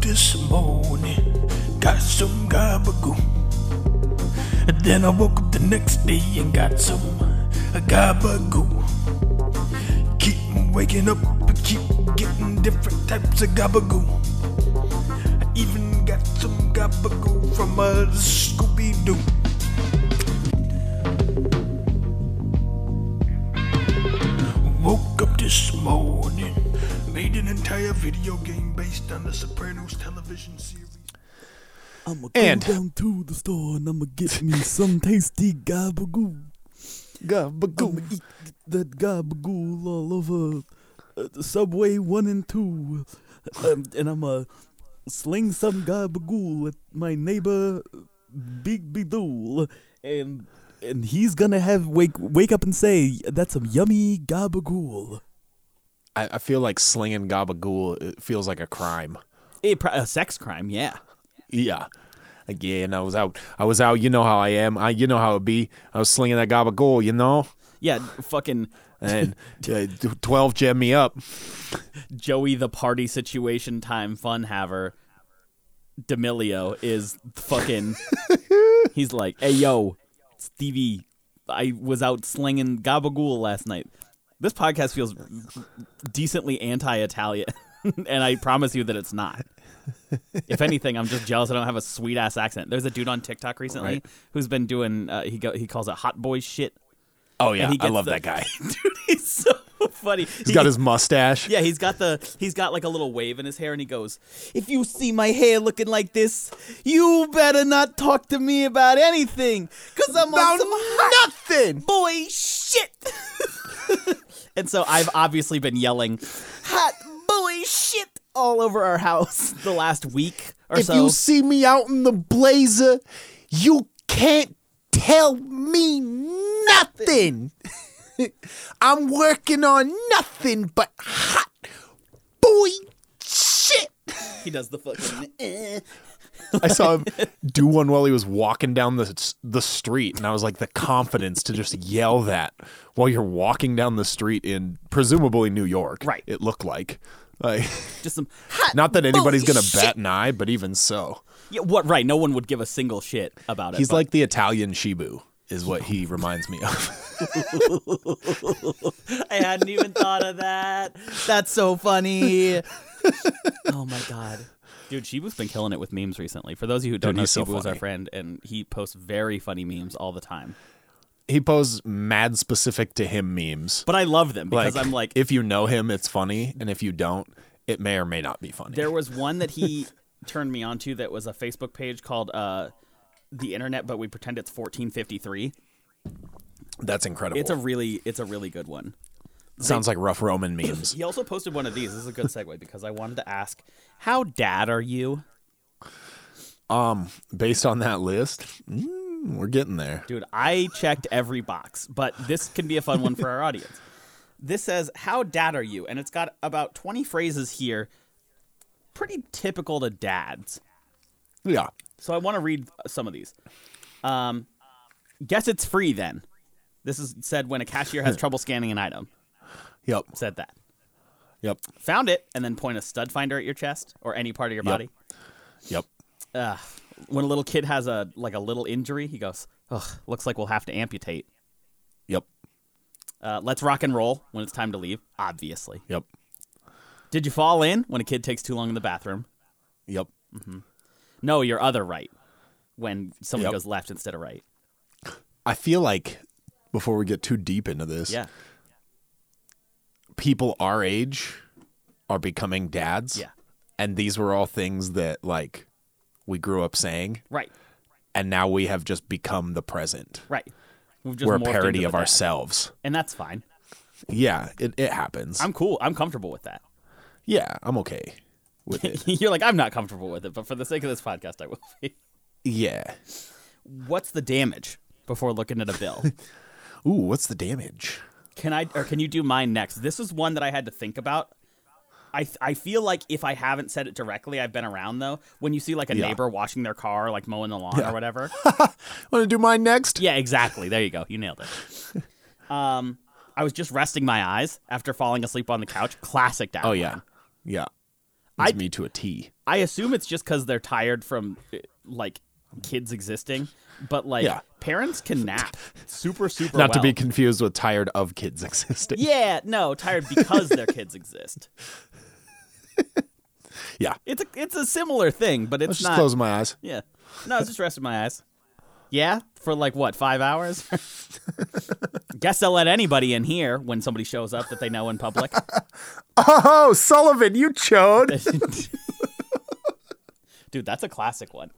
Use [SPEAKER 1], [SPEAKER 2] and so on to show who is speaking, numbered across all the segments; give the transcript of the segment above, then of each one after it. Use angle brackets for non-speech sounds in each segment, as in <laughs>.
[SPEAKER 1] this morning, got some gabagoo. And then I woke up the next day and got some gabagoo. Keep waking up, but keep getting different types of gabagoo. I even got some gabagoo from a Scooby Doo. Woke up this morning, made an entire video game based on the Sopranos television series.
[SPEAKER 2] I'ma go
[SPEAKER 3] And-
[SPEAKER 2] down to the store and I'ma get me some tasty gabagoo. I'ma
[SPEAKER 3] Gabagoo.
[SPEAKER 2] eat that gabagool all over uh, the subway one and two, um, and I'ma sling some gabagool at my neighbor Big Bidool, and and he's gonna have wake wake up and say that's some yummy gabagool.
[SPEAKER 3] I, I feel like slinging gabagool it feels like a crime.
[SPEAKER 2] It pro- a sex crime, yeah.
[SPEAKER 3] Yeah. Like, yeah, and I was out. I was out. You know how I am. I, you know how it be. I was slinging that gabagool, you know?
[SPEAKER 4] Yeah, fucking
[SPEAKER 3] <laughs> And uh, 12 jammed me up.
[SPEAKER 4] Joey the party situation time fun haver. D'Amelio is
[SPEAKER 3] <laughs>
[SPEAKER 4] fucking. he's like, hey yo, Stevie, I was out slinging gabagool last night. This podcast feels decently anti-Italian, <laughs> and I promise you that it's not. If anything, I'm just jealous I don't have a sweet ass accent. There's a dude on TikTok recently
[SPEAKER 3] Right.
[SPEAKER 4] who's been doing uh, he go, he calls it hot boy shit.
[SPEAKER 3] Oh, yeah.
[SPEAKER 4] And he
[SPEAKER 3] I
[SPEAKER 4] gets
[SPEAKER 3] love
[SPEAKER 4] the-
[SPEAKER 3] that guy.
[SPEAKER 4] <laughs> Dude, he's so funny.
[SPEAKER 3] <laughs> He's got his mustache.
[SPEAKER 4] Yeah, he's got the he's got like a little wave in his hair, and he goes, "If you see my hair looking like this, you better not talk to me about anything, cause I'm on some hot
[SPEAKER 3] nothing.
[SPEAKER 4] boy shit." <laughs> and so I've obviously been yelling, "Hot boy shit!" all over our house <laughs> the last week or
[SPEAKER 3] If
[SPEAKER 4] so.
[SPEAKER 3] you see me out in the blazer, you can't tell me <laughs> nothing. I'm working on nothing but hot boy shit.
[SPEAKER 4] he does the fucking. eh.
[SPEAKER 3] I saw him do one while he was walking down the the street, and I was like, the confidence to just yell that while you're walking down the street in presumably New York.
[SPEAKER 4] Right.
[SPEAKER 3] It looked like, like
[SPEAKER 4] Just some hot.
[SPEAKER 3] not that anybody's gonna
[SPEAKER 4] Bullshit.
[SPEAKER 3] bat an eye, but even so,
[SPEAKER 4] Yeah, what? Right? No one would give a single shit about it.
[SPEAKER 3] he's
[SPEAKER 4] but-
[SPEAKER 3] like the Italian Shibu, is what he reminds me of. <laughs>
[SPEAKER 4] I hadn't even thought of that. That's so
[SPEAKER 3] <laughs>
[SPEAKER 4] funny. oh my god. Dude, Shibu's been killing it with memes recently. For those of you who don't
[SPEAKER 3] Dude,
[SPEAKER 4] know,
[SPEAKER 3] he's so
[SPEAKER 4] Shibu is our
[SPEAKER 3] funny.
[SPEAKER 4] friend, and he posts very funny memes all the time.
[SPEAKER 3] he posed mad specific to him memes.
[SPEAKER 4] But I love them because I'm like,
[SPEAKER 3] if you know him, it's funny, and if you don't, it may or may not be funny.
[SPEAKER 4] there was one that he <laughs> turned me onto that was a Facebook page called uh, "The Internet," but we pretend it's 1453.
[SPEAKER 3] That's incredible.
[SPEAKER 4] It's a really, it's a really good one.
[SPEAKER 3] sounds like rough
[SPEAKER 4] <clears throat>
[SPEAKER 3] Roman memes.
[SPEAKER 4] He also posted one of these. This is a good segue because I wanted to ask, how dad are you?
[SPEAKER 3] based on that list, mm, we're getting there.
[SPEAKER 4] Dude, I checked every box, but this can be a fun one for our audience. This says, How dad are you? And it's got about 20 phrases here, pretty typical to dads.
[SPEAKER 3] Yeah.
[SPEAKER 4] So I want to read some of these. Um, guess it's free then. This is said when a cashier has trouble scanning an item.
[SPEAKER 3] Yep.
[SPEAKER 4] Said that.
[SPEAKER 3] Yep.
[SPEAKER 4] Found it, and then point a stud finder at your chest or any part of your body.
[SPEAKER 3] Yep.
[SPEAKER 4] Ugh. When a little kid has a like a little injury, he goes, Ugh, looks like we'll have to amputate.
[SPEAKER 3] Yep.
[SPEAKER 4] Uh, let's rock and roll when it's time to leave, obviously.
[SPEAKER 3] Yep.
[SPEAKER 4] Did you fall in when a kid takes too long in the bathroom?
[SPEAKER 3] Yep.
[SPEAKER 4] No, your other right. When someone
[SPEAKER 3] Yep.
[SPEAKER 4] goes left instead of right.
[SPEAKER 3] I feel like before we get too deep into this,
[SPEAKER 4] Yeah.
[SPEAKER 3] people our age are becoming dads.
[SPEAKER 4] Yeah.
[SPEAKER 3] And these were all things that like we grew up saying
[SPEAKER 4] Right.
[SPEAKER 3] and now we have just become the present.
[SPEAKER 4] Right. We've just
[SPEAKER 3] we're a
[SPEAKER 4] morphed
[SPEAKER 3] parody
[SPEAKER 4] into
[SPEAKER 3] of
[SPEAKER 4] the dad.
[SPEAKER 3] ourselves.
[SPEAKER 4] And that's fine.
[SPEAKER 3] Yeah, it, it happens.
[SPEAKER 4] I'm cool. I'm comfortable with that. <laughs>
[SPEAKER 3] yeah, I'm okay with it.
[SPEAKER 4] You're like, I'm not comfortable with it, but for the sake of this podcast, I will be.
[SPEAKER 3] yeah.
[SPEAKER 4] What's the damage before looking at a
[SPEAKER 3] <laughs>
[SPEAKER 4] bill?
[SPEAKER 3] Ooh, what's the damage?
[SPEAKER 4] Can I or can you do mine next? This is one that I had to think about. I I feel like if I haven't said it directly, I've been around though. When you see like a
[SPEAKER 3] Yeah.
[SPEAKER 4] neighbor washing their car, like mowing the lawn or whatever.
[SPEAKER 3] Want to do mine next?
[SPEAKER 4] <laughs> yeah, exactly. There you go. You nailed it.
[SPEAKER 3] <laughs>
[SPEAKER 4] Um, I was just resting my eyes after falling asleep on the couch. Classic dad.
[SPEAKER 3] Oh
[SPEAKER 4] line.
[SPEAKER 3] yeah. Yeah. It's me to a T.
[SPEAKER 4] I assume it's just because they're tired from eh, like kids existing, but like
[SPEAKER 3] Yeah.
[SPEAKER 4] parents can nap super super.
[SPEAKER 3] Not to
[SPEAKER 4] well.
[SPEAKER 3] be confused with tired of kids <laughs> existing.
[SPEAKER 4] Yeah, no, tired because their kids exist.
[SPEAKER 3] <laughs> Yeah.
[SPEAKER 4] It's a it's a similar thing, but it's
[SPEAKER 5] Let's just
[SPEAKER 4] not.
[SPEAKER 5] close my eyes.
[SPEAKER 4] Yeah, no, I was just resting my eyes. Yeah, for like what five hours? <laughs> Guess they'll let anybody in here when somebody shows up that they know in public. <laughs>
[SPEAKER 5] Oh, Sullivan, you
[SPEAKER 3] <laughs>
[SPEAKER 5] chode.
[SPEAKER 4] Dude, that's a classic one.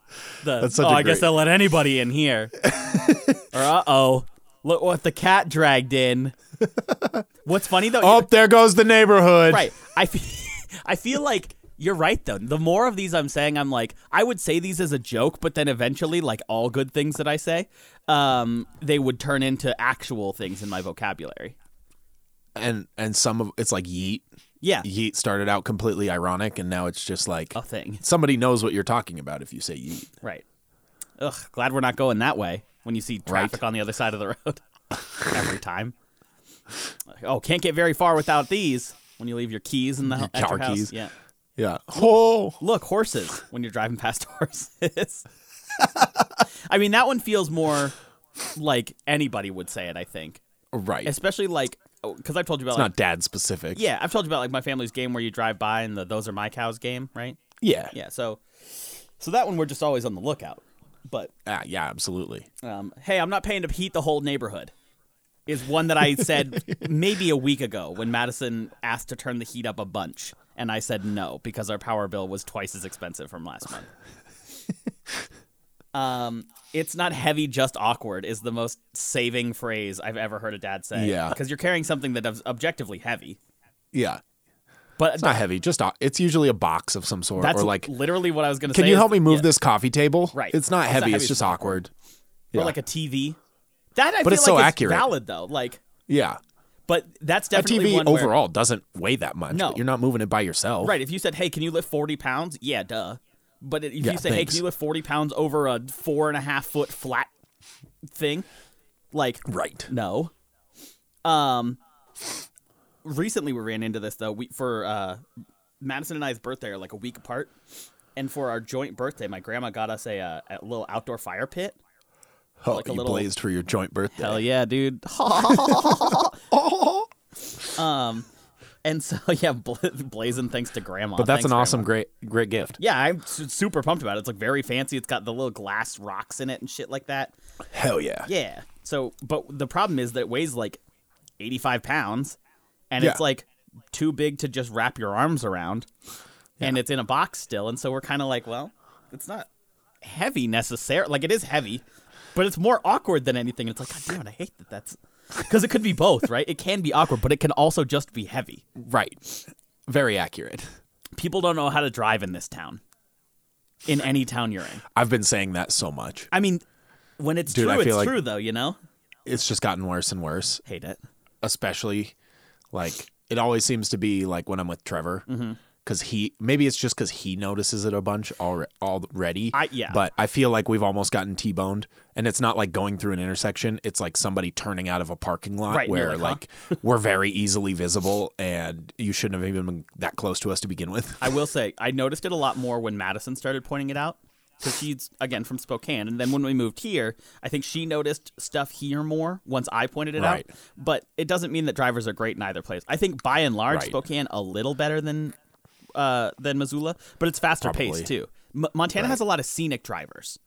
[SPEAKER 4] The,
[SPEAKER 3] That's such
[SPEAKER 4] oh,
[SPEAKER 3] a
[SPEAKER 4] I guess
[SPEAKER 3] great-
[SPEAKER 4] they'll let anybody in <laughs> here. or uh oh, look what the cat dragged <laughs> in. What's funny though?
[SPEAKER 5] oh, there goes the neighborhood.
[SPEAKER 4] right. I feel, <laughs> I feel like you're right though. The more of these I'm saying, I'm like, I would say these as a joke, but then eventually, like all good things that I say, um, they would turn into actual things in my vocabulary.
[SPEAKER 3] And and some of it's like yeet.
[SPEAKER 4] Yeah,
[SPEAKER 3] Yeet started out completely ironic and now it's just like
[SPEAKER 4] a thing.
[SPEAKER 3] somebody knows what you're talking about if you say yeet.
[SPEAKER 4] Right. Ugh. Glad we're not going that way when you see traffic on the other side of the road <laughs> every time. Like, Oh, can't get very far without these. When you leave your keys in the ho- at your
[SPEAKER 3] Car
[SPEAKER 4] house.
[SPEAKER 3] keys.
[SPEAKER 4] Yeah.
[SPEAKER 3] Yeah. <laughs> Oh.
[SPEAKER 4] Look, horses. When you're driving past <laughs> horses. I mean, that one feels more like anybody would say it. I think,
[SPEAKER 3] Right. It's
[SPEAKER 4] especially like because I've told you about like,
[SPEAKER 3] not dad specific.
[SPEAKER 4] yeah, I've told you about like my family's game where you drive by and the those are my cows game, right?
[SPEAKER 3] Yeah.
[SPEAKER 4] Yeah. So, so that one we're just always on the lookout. But
[SPEAKER 3] Ah, yeah, absolutely.
[SPEAKER 4] um, hey, I'm not paying to heat the whole neighborhood, is one that I
[SPEAKER 3] <laughs>
[SPEAKER 4] said maybe a week ago when Madison asked to turn the heat up a bunch. And I said no because our power bill was twice as expensive from last
[SPEAKER 3] <laughs>
[SPEAKER 4] month. um, it's not heavy, just awkward is the most saving phrase I've ever heard a dad say.
[SPEAKER 3] Yeah.
[SPEAKER 4] Because you're carrying something that is objectively heavy.
[SPEAKER 3] Yeah.
[SPEAKER 4] But
[SPEAKER 3] It's not heavy, just o- it's usually a box of some sort
[SPEAKER 4] that's
[SPEAKER 3] or like
[SPEAKER 4] literally what I was going to say.
[SPEAKER 3] Can you
[SPEAKER 4] is-
[SPEAKER 3] help me move
[SPEAKER 4] yeah,
[SPEAKER 3] this coffee table?
[SPEAKER 4] Right.
[SPEAKER 3] It's not
[SPEAKER 4] It's not
[SPEAKER 3] heavy. It's,
[SPEAKER 4] heavy,
[SPEAKER 3] just
[SPEAKER 4] it's
[SPEAKER 3] awkward.
[SPEAKER 4] Or like a TV. That I
[SPEAKER 3] But
[SPEAKER 4] feel
[SPEAKER 3] it's
[SPEAKER 4] like
[SPEAKER 3] so
[SPEAKER 4] is
[SPEAKER 3] accurate.
[SPEAKER 4] valid, though. Like,
[SPEAKER 3] yeah.
[SPEAKER 4] but that's
[SPEAKER 3] A
[SPEAKER 4] definitely
[SPEAKER 3] TV
[SPEAKER 4] one where-
[SPEAKER 3] overall doesn't weigh that much.
[SPEAKER 4] No.
[SPEAKER 3] but you're not moving it by yourself.
[SPEAKER 4] Right. If you said, "Hey, can you lift forty pounds?" Yeah, duh. But if
[SPEAKER 3] Yeah,
[SPEAKER 4] you say, "Hey,
[SPEAKER 3] thanks.
[SPEAKER 4] can you lift forty pounds over a four and a half foot flat thing?" Like,
[SPEAKER 3] Right.
[SPEAKER 4] no. Um. Recently, we ran into this though. We for uh, Madison and I's birthday are like a week apart, and for our joint birthday, my grandma got us a, uh, a little outdoor fire pit.
[SPEAKER 3] Oh,
[SPEAKER 4] Like a
[SPEAKER 3] you
[SPEAKER 4] little-
[SPEAKER 3] blazed for your joint birthday.
[SPEAKER 4] Hell yeah,
[SPEAKER 3] <laughs>
[SPEAKER 4] dude. <laughs> um, and so <laughs> yeah, bla- blazing thanks to grandma.
[SPEAKER 3] But that's
[SPEAKER 4] Thanks,
[SPEAKER 3] an awesome,
[SPEAKER 4] grandma.
[SPEAKER 3] great, great gift.
[SPEAKER 4] Yeah, I'm su- super pumped about it. It's like very fancy. It's got the little glass rocks in it and shit like that.
[SPEAKER 3] Hell yeah.
[SPEAKER 4] Yeah. So, but the problem is that it weighs like 85 pounds and
[SPEAKER 3] Yeah.
[SPEAKER 4] it's like too big to just wrap your arms around. And it's in a box still. And so we're kind of like, well, it's not heavy necessarily. Like it is heavy, but it's more awkward than anything. It's like, God damn it, I hate that that's. Because it could be both, right? It can be awkward, but it can also just be heavy.
[SPEAKER 3] Right. Very accurate.
[SPEAKER 4] People don't know how to drive in this town, in any town you're in.
[SPEAKER 3] I've been saying that so much.
[SPEAKER 4] I mean, when it's
[SPEAKER 3] Dude, I
[SPEAKER 4] true, it's
[SPEAKER 3] feel like-
[SPEAKER 4] true though. You know,
[SPEAKER 3] It's just gotten worse and worse,
[SPEAKER 4] hate it.
[SPEAKER 3] especially like it always seems to be like when I'm with Trevor.
[SPEAKER 4] Mm-hmm.
[SPEAKER 3] Cause he maybe it's just because he notices it a bunch alre- already.
[SPEAKER 4] I- yeah.
[SPEAKER 3] But I feel like we've almost gotten t-boned, and it's not like going through an intersection. It's like somebody turning out of a parking lot
[SPEAKER 4] Right, and you're
[SPEAKER 3] where
[SPEAKER 4] like,
[SPEAKER 3] like,
[SPEAKER 4] <laughs>
[SPEAKER 3] we're very easily visible, and you shouldn't have even been that close to us to begin with.
[SPEAKER 4] I will say, I noticed it a lot more when Madison started pointing it out because she's again from Spokane, and then when we moved here, I think she noticed stuff here more once I pointed it
[SPEAKER 3] Right.
[SPEAKER 4] out. But it doesn't mean that drivers are great in either place. I think by and large,
[SPEAKER 3] Right.
[SPEAKER 4] Spokane a little better than uh, than Missoula, but it's faster
[SPEAKER 3] Probably.
[SPEAKER 4] paced too. M- Montana has a lot of scenic drivers,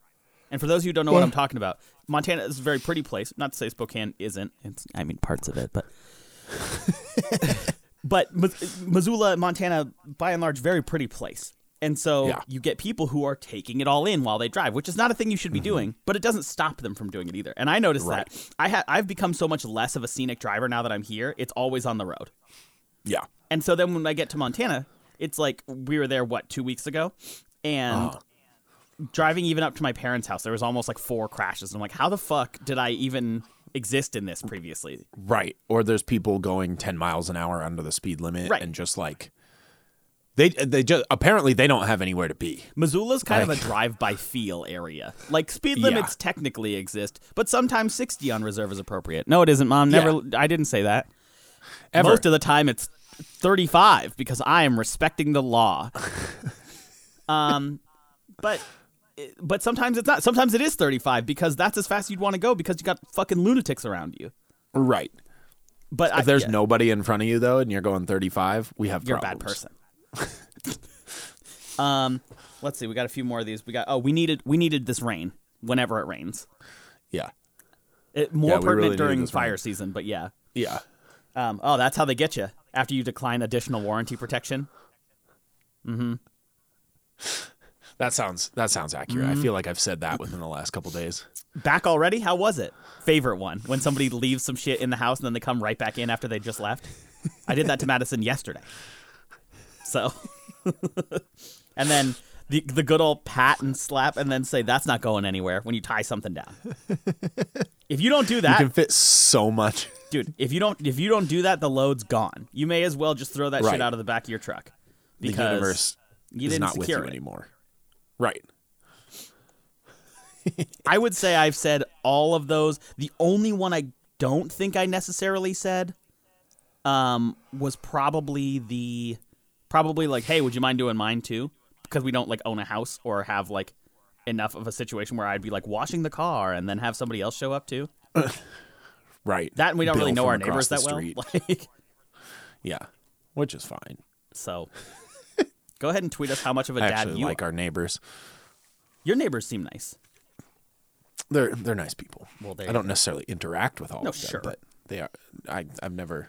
[SPEAKER 4] and for those of you who don't know what I'm talking about, Montana is a very pretty place. Not to say Spokane isn't. It's I mean parts of it, but but Mis- Missoula, Montana, by and large, very pretty place. And so
[SPEAKER 3] Yeah.
[SPEAKER 4] you get people who are taking it all in while they drive, which is not a thing you should be doing, but it doesn't stop them from doing it either. And I noticed that I ha- I've become so much less of a scenic driver now that I'm here. It's always on the road.
[SPEAKER 3] Yeah.
[SPEAKER 4] And so then when I get to Montana, it's like we were there what two weeks ago, and driving even up to my parents' house, there was almost like four crashes. I'm like, how the fuck did I even exist in this previously?
[SPEAKER 3] Right. Or there's people going 10 miles an hour under the speed limit
[SPEAKER 4] Right.
[SPEAKER 3] and just like they they just apparently they don't have anywhere to be.
[SPEAKER 4] Missoula's kind
[SPEAKER 3] Like-
[SPEAKER 4] of a drive-by feel area. Like speed
[SPEAKER 3] Yeah.
[SPEAKER 4] limits technically exist, but sometimes 60 on reserve is appropriate. No, it isn't, Mom. Never. I didn't say that.
[SPEAKER 3] Ever.
[SPEAKER 4] Most of the time, it's 35 because I am respecting the
[SPEAKER 3] <laughs>
[SPEAKER 4] law. um, but but sometimes it's not. Sometimes it is 35 because that's as fast as you'd want to go because you got fucking lunatics around you.
[SPEAKER 3] right.
[SPEAKER 4] But I,
[SPEAKER 3] If there's
[SPEAKER 4] yeah,
[SPEAKER 3] nobody in front of you though, and you're going 35, we have
[SPEAKER 4] you're a bad
[SPEAKER 3] problems.
[SPEAKER 4] person. <laughs> um, let's see. We got a few more of these. We got oh, we needed we needed this rain whenever it rains.
[SPEAKER 3] Yeah,
[SPEAKER 4] It, more
[SPEAKER 3] Yeah, we
[SPEAKER 4] pertinent
[SPEAKER 3] really needed
[SPEAKER 4] during
[SPEAKER 3] this
[SPEAKER 4] fire
[SPEAKER 3] rain.
[SPEAKER 4] season, but yeah.
[SPEAKER 3] yeah.
[SPEAKER 4] Um, oh, that's how they get you after you decline additional warranty protection.
[SPEAKER 3] That sounds that sounds accurate.
[SPEAKER 4] Mm-hmm.
[SPEAKER 3] I feel like I've said that within the last
[SPEAKER 4] <laughs>
[SPEAKER 3] couple days.
[SPEAKER 4] Back already? How was it? Favorite one when somebody leaves some shit in the house and then they come right back in after they just left. I did that to Madison yesterday. So, <laughs> and then the the good old pat and slap, and then say that's not going anywhere when you tie something
[SPEAKER 3] <laughs>
[SPEAKER 4] down. If you don't do that,
[SPEAKER 3] You can fit so much.
[SPEAKER 4] dude if you don't if you don't do that the load's gone you may as well just throw that shit
[SPEAKER 3] Right.
[SPEAKER 4] out of the back of your truck
[SPEAKER 3] The
[SPEAKER 4] because
[SPEAKER 3] universe
[SPEAKER 4] you
[SPEAKER 3] is
[SPEAKER 4] didn't
[SPEAKER 3] not with
[SPEAKER 4] secure
[SPEAKER 3] you
[SPEAKER 4] it.
[SPEAKER 3] anymore. Right.
[SPEAKER 4] i would say i've said all of those the only one i don't think i necessarily said um was probably the probably like hey would you mind doing mine too because we don't like own a house or have like enough of a situation where i'd be like washing the car and then have somebody else show up too
[SPEAKER 3] Right.
[SPEAKER 4] that and we don't
[SPEAKER 3] Bill
[SPEAKER 4] really know
[SPEAKER 3] from
[SPEAKER 4] our neighbors
[SPEAKER 3] across the
[SPEAKER 4] that well
[SPEAKER 3] street.
[SPEAKER 4] <laughs> like
[SPEAKER 3] Yeah. Which is fine.
[SPEAKER 4] so go ahead and tweet us how much of a
[SPEAKER 3] I
[SPEAKER 4] dad
[SPEAKER 3] actually
[SPEAKER 4] you
[SPEAKER 3] like
[SPEAKER 4] are
[SPEAKER 3] our neighbors.
[SPEAKER 4] your neighbors seem nice
[SPEAKER 3] They're they're nice people.
[SPEAKER 4] Well, there
[SPEAKER 3] I
[SPEAKER 4] you
[SPEAKER 3] don't necessarily interact with all
[SPEAKER 4] No,
[SPEAKER 3] of them,
[SPEAKER 4] sure.
[SPEAKER 3] but they are. I I've never,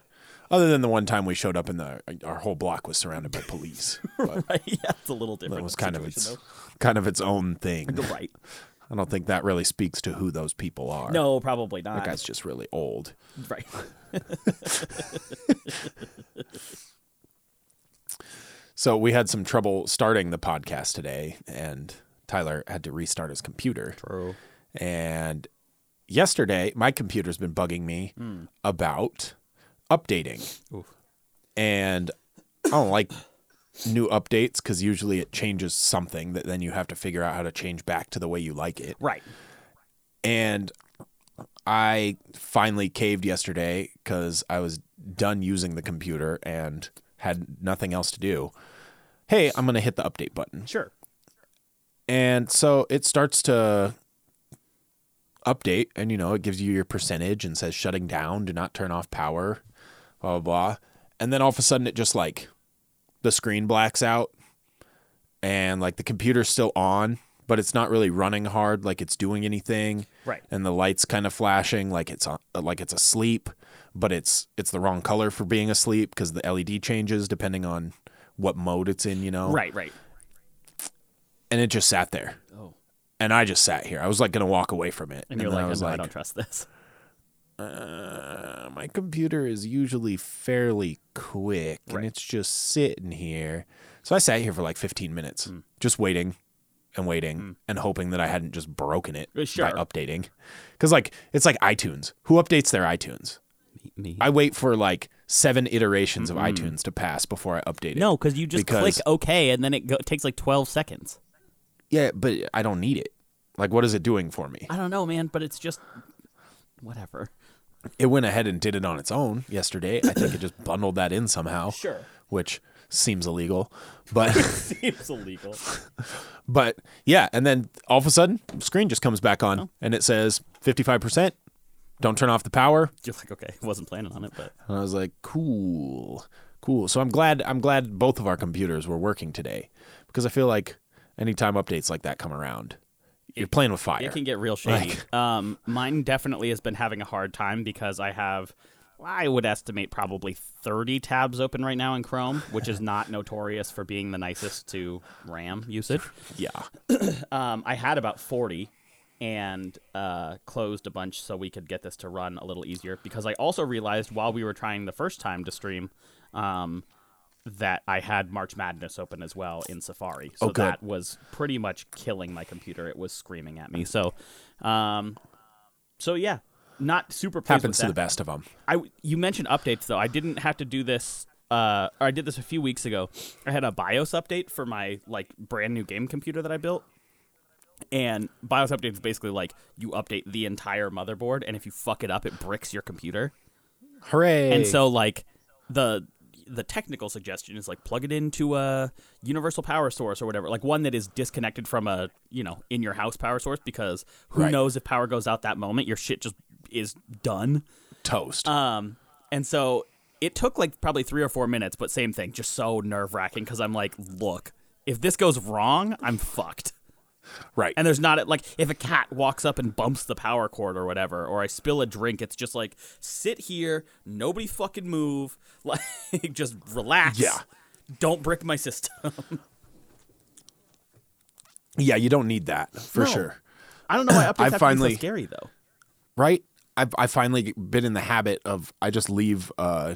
[SPEAKER 3] other than the one time we showed up in the our whole block was surrounded
[SPEAKER 4] <laughs>
[SPEAKER 3] by police. But
[SPEAKER 4] right? Yeah, it's a little different.
[SPEAKER 3] Oh. that was kind of its
[SPEAKER 4] situation,
[SPEAKER 3] kind of its own thing.
[SPEAKER 4] though.
[SPEAKER 3] <laughs>
[SPEAKER 4] right.
[SPEAKER 3] I don't think that really speaks to who those people are.
[SPEAKER 4] No, probably not.
[SPEAKER 3] that guy's just really old.
[SPEAKER 4] <laughs>
[SPEAKER 3] <laughs>
[SPEAKER 4] Right.
[SPEAKER 3] So we had some trouble starting the podcast today, and Tyler had to restart his computer.
[SPEAKER 4] True.
[SPEAKER 3] And yesterday, my computer's been bugging me
[SPEAKER 4] Hmm.
[SPEAKER 3] about updating. And I don't like new updates because usually it changes something that then you have to figure out how to change back to the way you like it.
[SPEAKER 4] Right.
[SPEAKER 3] And I finally caved yesterday because I was done using the computer and had nothing else to do. Hey, I'm going to hit the update button.
[SPEAKER 4] Sure.
[SPEAKER 3] And so it starts to update and you know, it gives you your percentage and says shutting down, do not turn off power, blah blah blah. And then all of a sudden it just like the screen blacks out and like the computer's still on, but it's not really running hard like it's doing anything.
[SPEAKER 4] Right.
[SPEAKER 3] And the lights kind of flashing like it's on, like it's asleep, but it's it's the wrong color for being asleep cuz the LED changes depending on what mode it's in, you know
[SPEAKER 4] Right. Right.
[SPEAKER 3] and it just sat there.
[SPEAKER 4] Oh.
[SPEAKER 3] And I just sat here. I was like going to walk away from it,
[SPEAKER 4] And, you're
[SPEAKER 3] then
[SPEAKER 4] like,
[SPEAKER 3] I was
[SPEAKER 4] "No, I
[SPEAKER 3] like,
[SPEAKER 4] don't trust this.
[SPEAKER 3] uh, my computer is usually fairly quick,
[SPEAKER 4] Right.
[SPEAKER 3] and it's just sitting here. So I sat here for like 15 minutes,
[SPEAKER 4] Hmm.
[SPEAKER 3] just waiting and waiting and hoping that I hadn't just broken it
[SPEAKER 4] Uh, sure.
[SPEAKER 3] by updating. Because like it's like iTunes. Who updates their iTunes?
[SPEAKER 4] Me.
[SPEAKER 3] I wait for like seven iterations of iTunes to pass before I update it.
[SPEAKER 4] Mm-hmm. no, because you just
[SPEAKER 3] Because-
[SPEAKER 4] click OK, and then it go- takes like 12 seconds.
[SPEAKER 3] Yeah, but I don't need it. Like, what is it doing for me?
[SPEAKER 4] I don't know, man, but it's just whatever.
[SPEAKER 3] it went ahead and did it on its own yesterday. I think it
[SPEAKER 4] <laughs>
[SPEAKER 3] just bundled that in somehow.
[SPEAKER 4] Sure. <laughs>
[SPEAKER 3] Which seems illegal. But <laughs>
[SPEAKER 4] Seems illegal.
[SPEAKER 3] but yeah, and then all of a sudden screen just comes back
[SPEAKER 4] Oh.
[SPEAKER 3] on and it says 55%. Don't turn off the power.
[SPEAKER 4] <laughs> You're like, okay, wasn't planning on it, but
[SPEAKER 3] And I was like, "Cool. Cool." So I'm glad I'm glad both of our computers were working today because I feel like anytime updates like that come around, you're playing with fire.
[SPEAKER 4] It can get real shady. <laughs> um, mine definitely has been having a hard time because I have, I would estimate probably 30 tabs open right now in Chrome, which
[SPEAKER 3] <laughs>
[SPEAKER 4] is not notorious for being the nicest to RAM usage.
[SPEAKER 3] yeah.
[SPEAKER 4] Um, I had about 40 and uh, closed a bunch so we could get this to run a little easier because I also realized while we were trying the first time to stream um, that I had March Madness open as well in Safari. So
[SPEAKER 3] Oh, good.
[SPEAKER 4] that was pretty much killing my computer. It was screaming at me. So, um, so yeah, not super pleased
[SPEAKER 3] Happens
[SPEAKER 4] with
[SPEAKER 3] to the
[SPEAKER 4] that.
[SPEAKER 3] best of them.
[SPEAKER 4] I you mentioned updates though. I didn't have to do this. Uh, or I did this a few weeks ago. I had a BIOS update for my like brand new game computer that I built. And BIOS update is basically like you update the entire motherboard, and if you fuck it up, it bricks your computer.
[SPEAKER 3] Hooray.
[SPEAKER 4] And so like the the technical suggestion is like plug it into a universal power source or whatever, like one that is disconnected from a you know in your house power source because who
[SPEAKER 3] Right.
[SPEAKER 4] knows if power goes out that moment, your shit just is done.
[SPEAKER 3] toast.
[SPEAKER 4] Um, and so it took like probably three or four minutes, but same thing, just so nerve wracking because I'm like, look, if this goes wrong, I'm fucked.
[SPEAKER 3] right.
[SPEAKER 4] And there's not like if a cat walks up and bumps the power cord or whatever, or I spill a drink, it's just like sit here, nobody fucking move, <laughs> like just relax.
[SPEAKER 3] Yeah.
[SPEAKER 4] Don't brick my system.
[SPEAKER 3] yeah, you don't need that for
[SPEAKER 4] No.
[SPEAKER 3] sure.
[SPEAKER 4] <laughs> I don't know why updates
[SPEAKER 3] I
[SPEAKER 4] have to be
[SPEAKER 3] finally-
[SPEAKER 4] so scary though.
[SPEAKER 3] Right? I've I finally been in the habit of I just leave a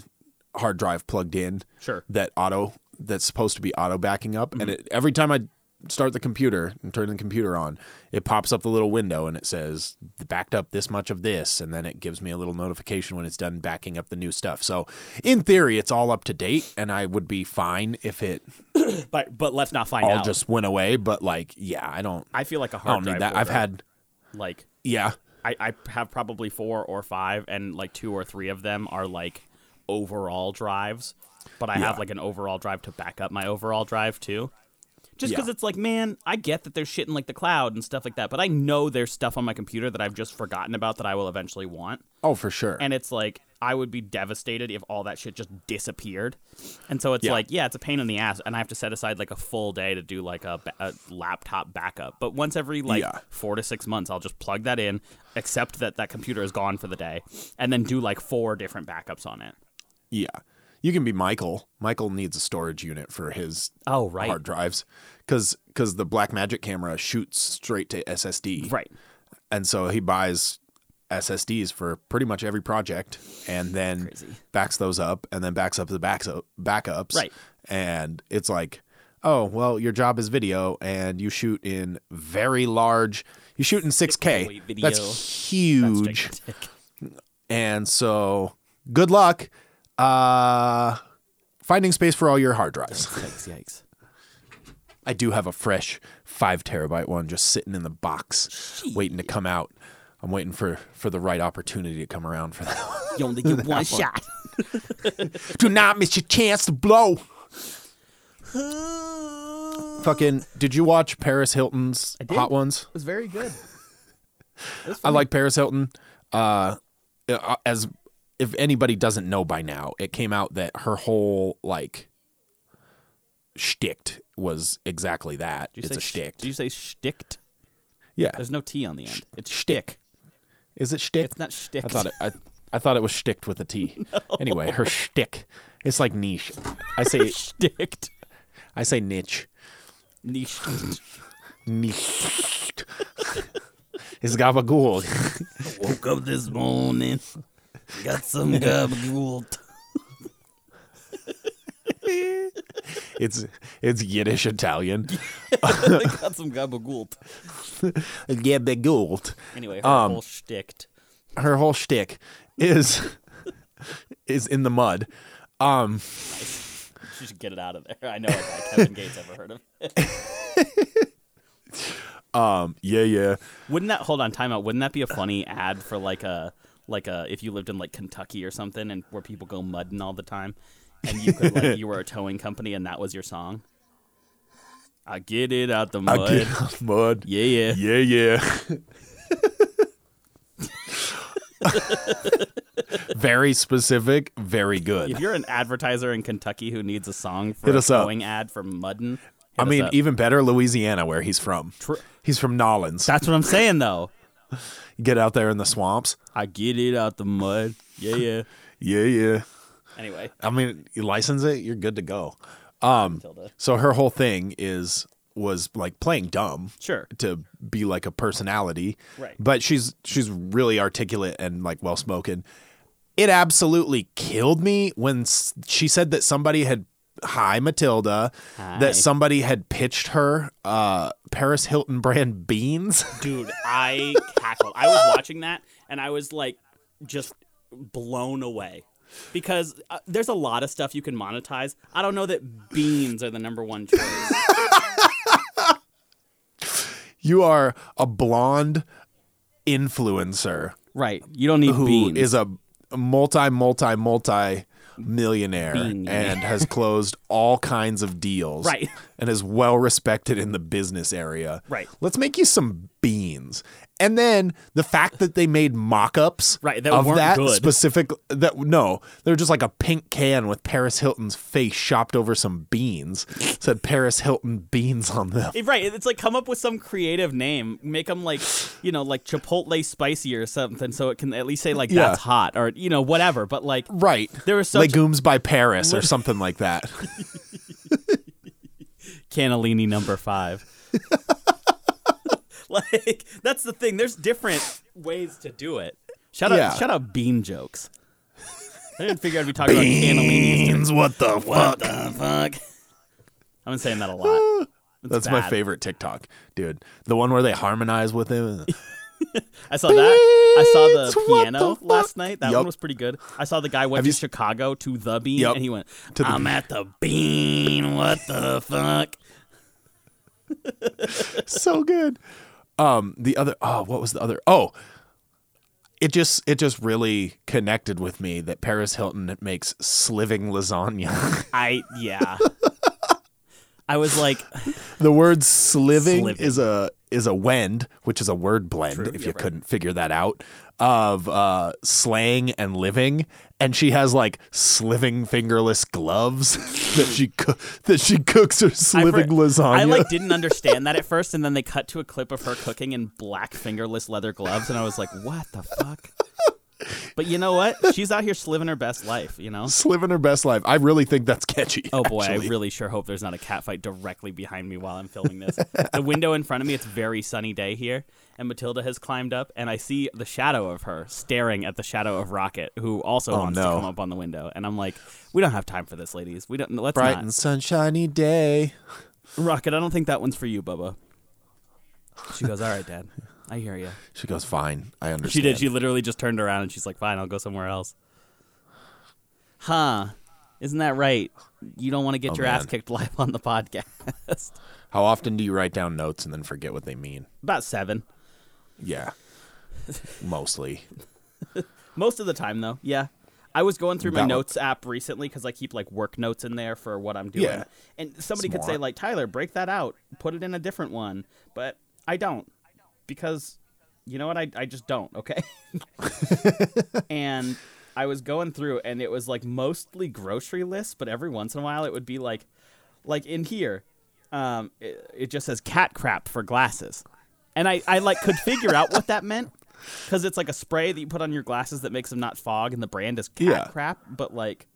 [SPEAKER 3] hard drive plugged in.
[SPEAKER 4] Sure. Mm-hmm.
[SPEAKER 3] That auto that's supposed to be auto backing up, and it, every time I start the computer and turn the computer on, it pops up the little window and it says backed up this much of this, and then it gives me a little notification when it's done backing up the new stuff. So in theory, it's all up to date, and I would be fine if it
[SPEAKER 4] But but let's not find
[SPEAKER 3] all
[SPEAKER 4] out.
[SPEAKER 3] just went away. But like, yeah, I don't.
[SPEAKER 4] I feel like a
[SPEAKER 3] I
[SPEAKER 4] hard
[SPEAKER 3] don't need
[SPEAKER 4] drive
[SPEAKER 3] that. I've
[SPEAKER 4] holder.
[SPEAKER 3] had
[SPEAKER 4] like
[SPEAKER 3] yeah.
[SPEAKER 4] I, I have probably four or five, and like two or three of them are like overall drives, but I have
[SPEAKER 3] Yeah.
[SPEAKER 4] like an overall drive to back up my overall drive too. Just because
[SPEAKER 3] Yeah.
[SPEAKER 4] it's like, man, I get that there's shit in like the cloud and stuff like that, but I know there's stuff on my computer that I've just forgotten about that I will eventually want.
[SPEAKER 3] Oh, for sure.
[SPEAKER 4] And it's like, I would be devastated if all that shit just disappeared. And so it's
[SPEAKER 3] Yeah.
[SPEAKER 4] like, yeah, it's a pain in the ass, and I have to set aside like a full day to do like a, ba- a laptop backup. But once every like
[SPEAKER 3] Yeah.
[SPEAKER 4] four to six months, I'll just plug that in, accept that that computer is gone for the day, and then do like four different backups on it.
[SPEAKER 3] Yeah. You can be Michael. Michael needs a storage unit for his
[SPEAKER 4] Oh, right.
[SPEAKER 3] hard drives cuz cuz the Blackmagic camera shoots straight to SSD.
[SPEAKER 4] Right.
[SPEAKER 3] And so he buys SSDs for pretty much every project and then
[SPEAKER 4] Crazy.
[SPEAKER 3] backs those up and then backs up the backs backups.
[SPEAKER 4] Right.
[SPEAKER 3] And it's like, "Oh, well, your job is video and you shoot in very large you shoot in 6K.
[SPEAKER 4] Video.
[SPEAKER 3] That's huge.
[SPEAKER 4] Gigantic.
[SPEAKER 3] And so, good luck uh, finding space for all your hard drives.
[SPEAKER 4] Yikes, yikes.
[SPEAKER 3] I do have a fresh five terabyte one just sitting in the box, waiting to come out. I'm waiting for for the right opportunity to come around for that. <laughs> one.
[SPEAKER 4] You only get one shot.
[SPEAKER 3] do not miss your chance to blow. Fucking, did you watch Paris Hilton's
[SPEAKER 2] did.
[SPEAKER 3] Hot Ones?
[SPEAKER 2] was very good.
[SPEAKER 3] I like Paris Hilton. Uh, uh, as if anybody doesn't know by now, it came out that her whole like shticked was exactly that.
[SPEAKER 4] Did you
[SPEAKER 3] it's
[SPEAKER 4] say
[SPEAKER 3] a
[SPEAKER 4] sh-
[SPEAKER 3] shtick.
[SPEAKER 4] Did you say shticked?
[SPEAKER 3] yeah,
[SPEAKER 4] There's no T on the end. It's shtick.
[SPEAKER 3] shtick. Is it shtick?
[SPEAKER 4] It's not shtick.
[SPEAKER 3] I
[SPEAKER 4] <laughs>
[SPEAKER 3] thought it. I, I thought it was shticked with a T. Anyway, her shtick. It's like niche. I say
[SPEAKER 4] shticked.
[SPEAKER 3] I say niche.
[SPEAKER 4] Niche.
[SPEAKER 3] Niche. <laughs> it's gabagool. <laughs>
[SPEAKER 4] Woke up this morning, got <laughs> some gabagool.
[SPEAKER 3] It's it's Yiddish Italian.
[SPEAKER 4] <laughs> got some gabagool.
[SPEAKER 3] Gabagool.
[SPEAKER 4] Anyway, her
[SPEAKER 3] Um,
[SPEAKER 4] whole shticked.
[SPEAKER 3] her whole shtick is <laughs> is in the mud. Um,
[SPEAKER 4] She should get it out of there. I know a guy Kevin Gates ever heard of. it.
[SPEAKER 3] um, yeah, yeah.
[SPEAKER 4] Wouldn't that hold on time out? Wouldn't that be a funny ad for like a like a if you lived in like Kentucky or something and where people go mudding all the time, and you could <laughs> like you were a towing company and that was your song. I get it out the
[SPEAKER 3] I
[SPEAKER 4] mud.
[SPEAKER 3] get out <laughs> mud.
[SPEAKER 4] <laughs> Yeah, yeah.
[SPEAKER 3] Yeah, yeah. <laughs> very specific, very good.
[SPEAKER 4] If you're an advertiser in Kentucky who needs a song for
[SPEAKER 3] Hit
[SPEAKER 4] a
[SPEAKER 3] us up.
[SPEAKER 4] towing ad for mudding, hit
[SPEAKER 3] I
[SPEAKER 4] us
[SPEAKER 3] mean,
[SPEAKER 4] up.
[SPEAKER 3] even better, Louisiana, where he's from.
[SPEAKER 4] Tr-
[SPEAKER 3] He's from Nolens.
[SPEAKER 4] that's what I'm saying though.
[SPEAKER 3] Get out there in the swamps.
[SPEAKER 4] I get it out the mud. Yeah, yeah.
[SPEAKER 3] Yeah, yeah.
[SPEAKER 4] Anyway,
[SPEAKER 3] I mean, you license it, you're good to go.
[SPEAKER 4] Tilda.
[SPEAKER 3] So her whole thing is was like playing dumb.
[SPEAKER 4] Sure.
[SPEAKER 3] To be like a personality.
[SPEAKER 4] Right.
[SPEAKER 3] But she's she's really articulate and like well spoken. It absolutely killed me when s- she said that somebody had hi Matilda
[SPEAKER 4] Hi.
[SPEAKER 3] that somebody had pitched her uh Paris Hilton brand <laughs> beans.
[SPEAKER 4] Dude, I cackled. I was watching that and I was like just blown away. Because uh, there's a lot of stuff you can monetize. I don't know that beans are the number one choice.
[SPEAKER 3] you are a blonde influencer
[SPEAKER 4] right. You don't need
[SPEAKER 3] who
[SPEAKER 4] beans.
[SPEAKER 3] is a multi, multi, multi millionaire
[SPEAKER 4] Beanie.
[SPEAKER 3] and has closed all kinds of deals.
[SPEAKER 4] Right.
[SPEAKER 3] And is well respected in the business area.
[SPEAKER 4] Right.
[SPEAKER 3] Let's make you some beans. And then the fact that they made mock ups
[SPEAKER 4] Right, that
[SPEAKER 3] of
[SPEAKER 4] weren't
[SPEAKER 3] that
[SPEAKER 4] good.
[SPEAKER 3] specific that no, they're just like a pink can with Paris Hilton's face shopped over some beans. Said Paris Hilton beans on them.
[SPEAKER 4] Eh, Right, it's like come up with some creative name, make them like, you know, like Chipotle spicy or something, so it can at least say like
[SPEAKER 3] Yeah.
[SPEAKER 4] that's hot or you know whatever. But like,
[SPEAKER 3] Right.
[SPEAKER 4] There was such-
[SPEAKER 3] legumes by Paris or something
[SPEAKER 4] <laughs>
[SPEAKER 3] like that.
[SPEAKER 4] cannellini number
[SPEAKER 3] <laughs>
[SPEAKER 4] five. like that's the thing. There's different ways to do it. Shout out,
[SPEAKER 3] Yeah.
[SPEAKER 4] shout out bean jokes. I didn't figure I'd be talking about cannellinis. dude.
[SPEAKER 3] what the
[SPEAKER 4] What the fuck? I've been saying that a lot. It's
[SPEAKER 3] That's my
[SPEAKER 4] bad.
[SPEAKER 3] favorite TikTok, dude. The one where they harmonize with him. <laughs>
[SPEAKER 4] I saw that. I saw
[SPEAKER 3] Beans,
[SPEAKER 4] the
[SPEAKER 3] what
[SPEAKER 4] piano
[SPEAKER 3] the
[SPEAKER 4] last
[SPEAKER 3] fuck?
[SPEAKER 4] night. That
[SPEAKER 3] Yup.
[SPEAKER 4] one was pretty good. I saw the guy went
[SPEAKER 3] Have
[SPEAKER 4] to
[SPEAKER 3] you s-
[SPEAKER 4] Chicago to the bean,
[SPEAKER 3] Yup.
[SPEAKER 4] and he went,
[SPEAKER 3] To the
[SPEAKER 4] "I'm at the bean. What the fuck?"
[SPEAKER 3] so good. Um, the other oh, what was the other? Oh, it just it just really connected with me that Paris Hilton makes sliving lasagna. <laughs>
[SPEAKER 4] I yeah. I was like,
[SPEAKER 3] the word sliving,
[SPEAKER 4] Sliving.
[SPEAKER 3] is a is a wend, which is a word blend. if you couldn't figure that out, of uh, slang and living, and she has like sliving fingerless gloves <laughs> that she coo- that she cooks her
[SPEAKER 4] I, for-
[SPEAKER 3] sliving lasagna.
[SPEAKER 4] I
[SPEAKER 3] <laughs>
[SPEAKER 4] like didn't understand that at first, and then they cut to a clip of her cooking in black fingerless leather gloves, and I was like, "What the fuck?" But you know what? She's out here living her best life. You know.
[SPEAKER 3] Just living her best life. I really think that's catchy.
[SPEAKER 4] Oh boy,
[SPEAKER 3] actually.
[SPEAKER 4] I really sure hope there's not a cat fight directly behind me while I'm filming this. the window in front of me, it's very sunny day here, and Matilda has climbed up, and I see the shadow of her staring at the shadow of Rocket, who also wants to
[SPEAKER 3] Oh, no.
[SPEAKER 4] come up on the window. And I'm like, we don't have time for this, ladies. We don't. Let's
[SPEAKER 3] bright and sunshiny day.
[SPEAKER 4] not. Rocket, I don't think that one's for you, Bubba. She goes, all right, Dad, I hear you.
[SPEAKER 3] She goes, fine. I
[SPEAKER 4] <laughs>
[SPEAKER 3] understand.
[SPEAKER 4] She did. She literally just turned around and she's like, fine, I'll go somewhere else. Huh. Isn't that right? You don't want to get your ass
[SPEAKER 3] Oh, man.
[SPEAKER 4] kicked live on the podcast. <laughs>
[SPEAKER 3] How often do you write down notes and then forget what they mean?
[SPEAKER 4] About seven. <laughs>
[SPEAKER 3] Yeah, mostly.
[SPEAKER 4] Most of the time, though. Yeah. I was going through my
[SPEAKER 3] That one-
[SPEAKER 4] notes app recently because I keep like work notes in there for what I'm doing.
[SPEAKER 3] Yeah.
[SPEAKER 4] And somebody could say,
[SPEAKER 3] Smart.
[SPEAKER 4] like, Tyler, break that out, put it in a different one. But I don't because you know what? I, I just don't, okay? <laughs> and I was going through and it was like mostly grocery lists, but every once in a while it would be like, like in here, um, it, it just says cat crap for glasses. And I, I like could figure out what that meant because it's like a spray that you put on your glasses that makes them not fog, and the brand is cat
[SPEAKER 3] Yeah.
[SPEAKER 4] crap. But like,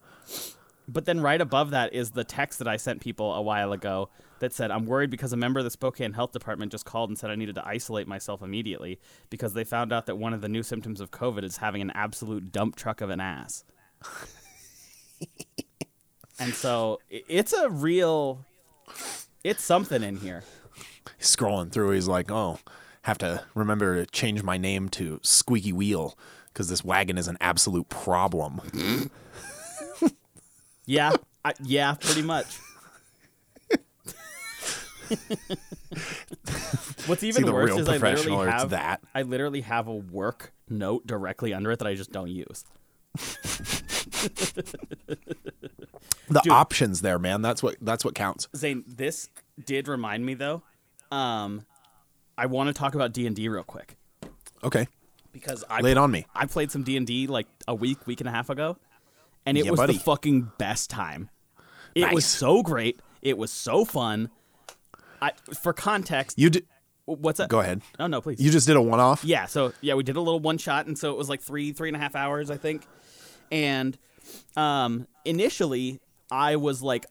[SPEAKER 4] but then right above that is the text that I sent people a while ago that said, "I'm worried because a member of the Spokane Health Department just called and said I needed to isolate myself immediately because they found out that one of the new symptoms of COVID is having an absolute dump truck of an ass." and so i- it's a real, it's something in here.
[SPEAKER 3] He's scrolling through. He's like, oh, have to remember to change my name to Squeaky Wheel because this wagon is an absolute problem.
[SPEAKER 4] Yeah, I, yeah, pretty
[SPEAKER 3] <laughs>
[SPEAKER 4] much. What's even
[SPEAKER 3] either
[SPEAKER 4] worse
[SPEAKER 3] real
[SPEAKER 4] is I
[SPEAKER 3] professional
[SPEAKER 4] literally
[SPEAKER 3] or it's
[SPEAKER 4] have
[SPEAKER 3] that.
[SPEAKER 4] I literally have a work note directly under it that I just don't use.
[SPEAKER 3] The options there, man. That's what that's what counts.
[SPEAKER 4] Zane, this did remind me though. Um, I want to talk about D and D real quick
[SPEAKER 3] Okay,
[SPEAKER 4] because I
[SPEAKER 3] lay it on me.
[SPEAKER 4] I played some D and D like a week, week and a half ago, and it
[SPEAKER 3] Yeah,
[SPEAKER 4] was
[SPEAKER 3] buddy.
[SPEAKER 4] the fucking best time. It was
[SPEAKER 3] Nice.
[SPEAKER 4] so great. It was so fun. I for context,
[SPEAKER 3] You d-
[SPEAKER 4] what's up?
[SPEAKER 3] go ahead.
[SPEAKER 4] Oh no, please.
[SPEAKER 3] You just did a one off.
[SPEAKER 4] Yeah, so yeah, we did a little one shot, and so it was like three, three and a half hours, I think. And um, initially, I was like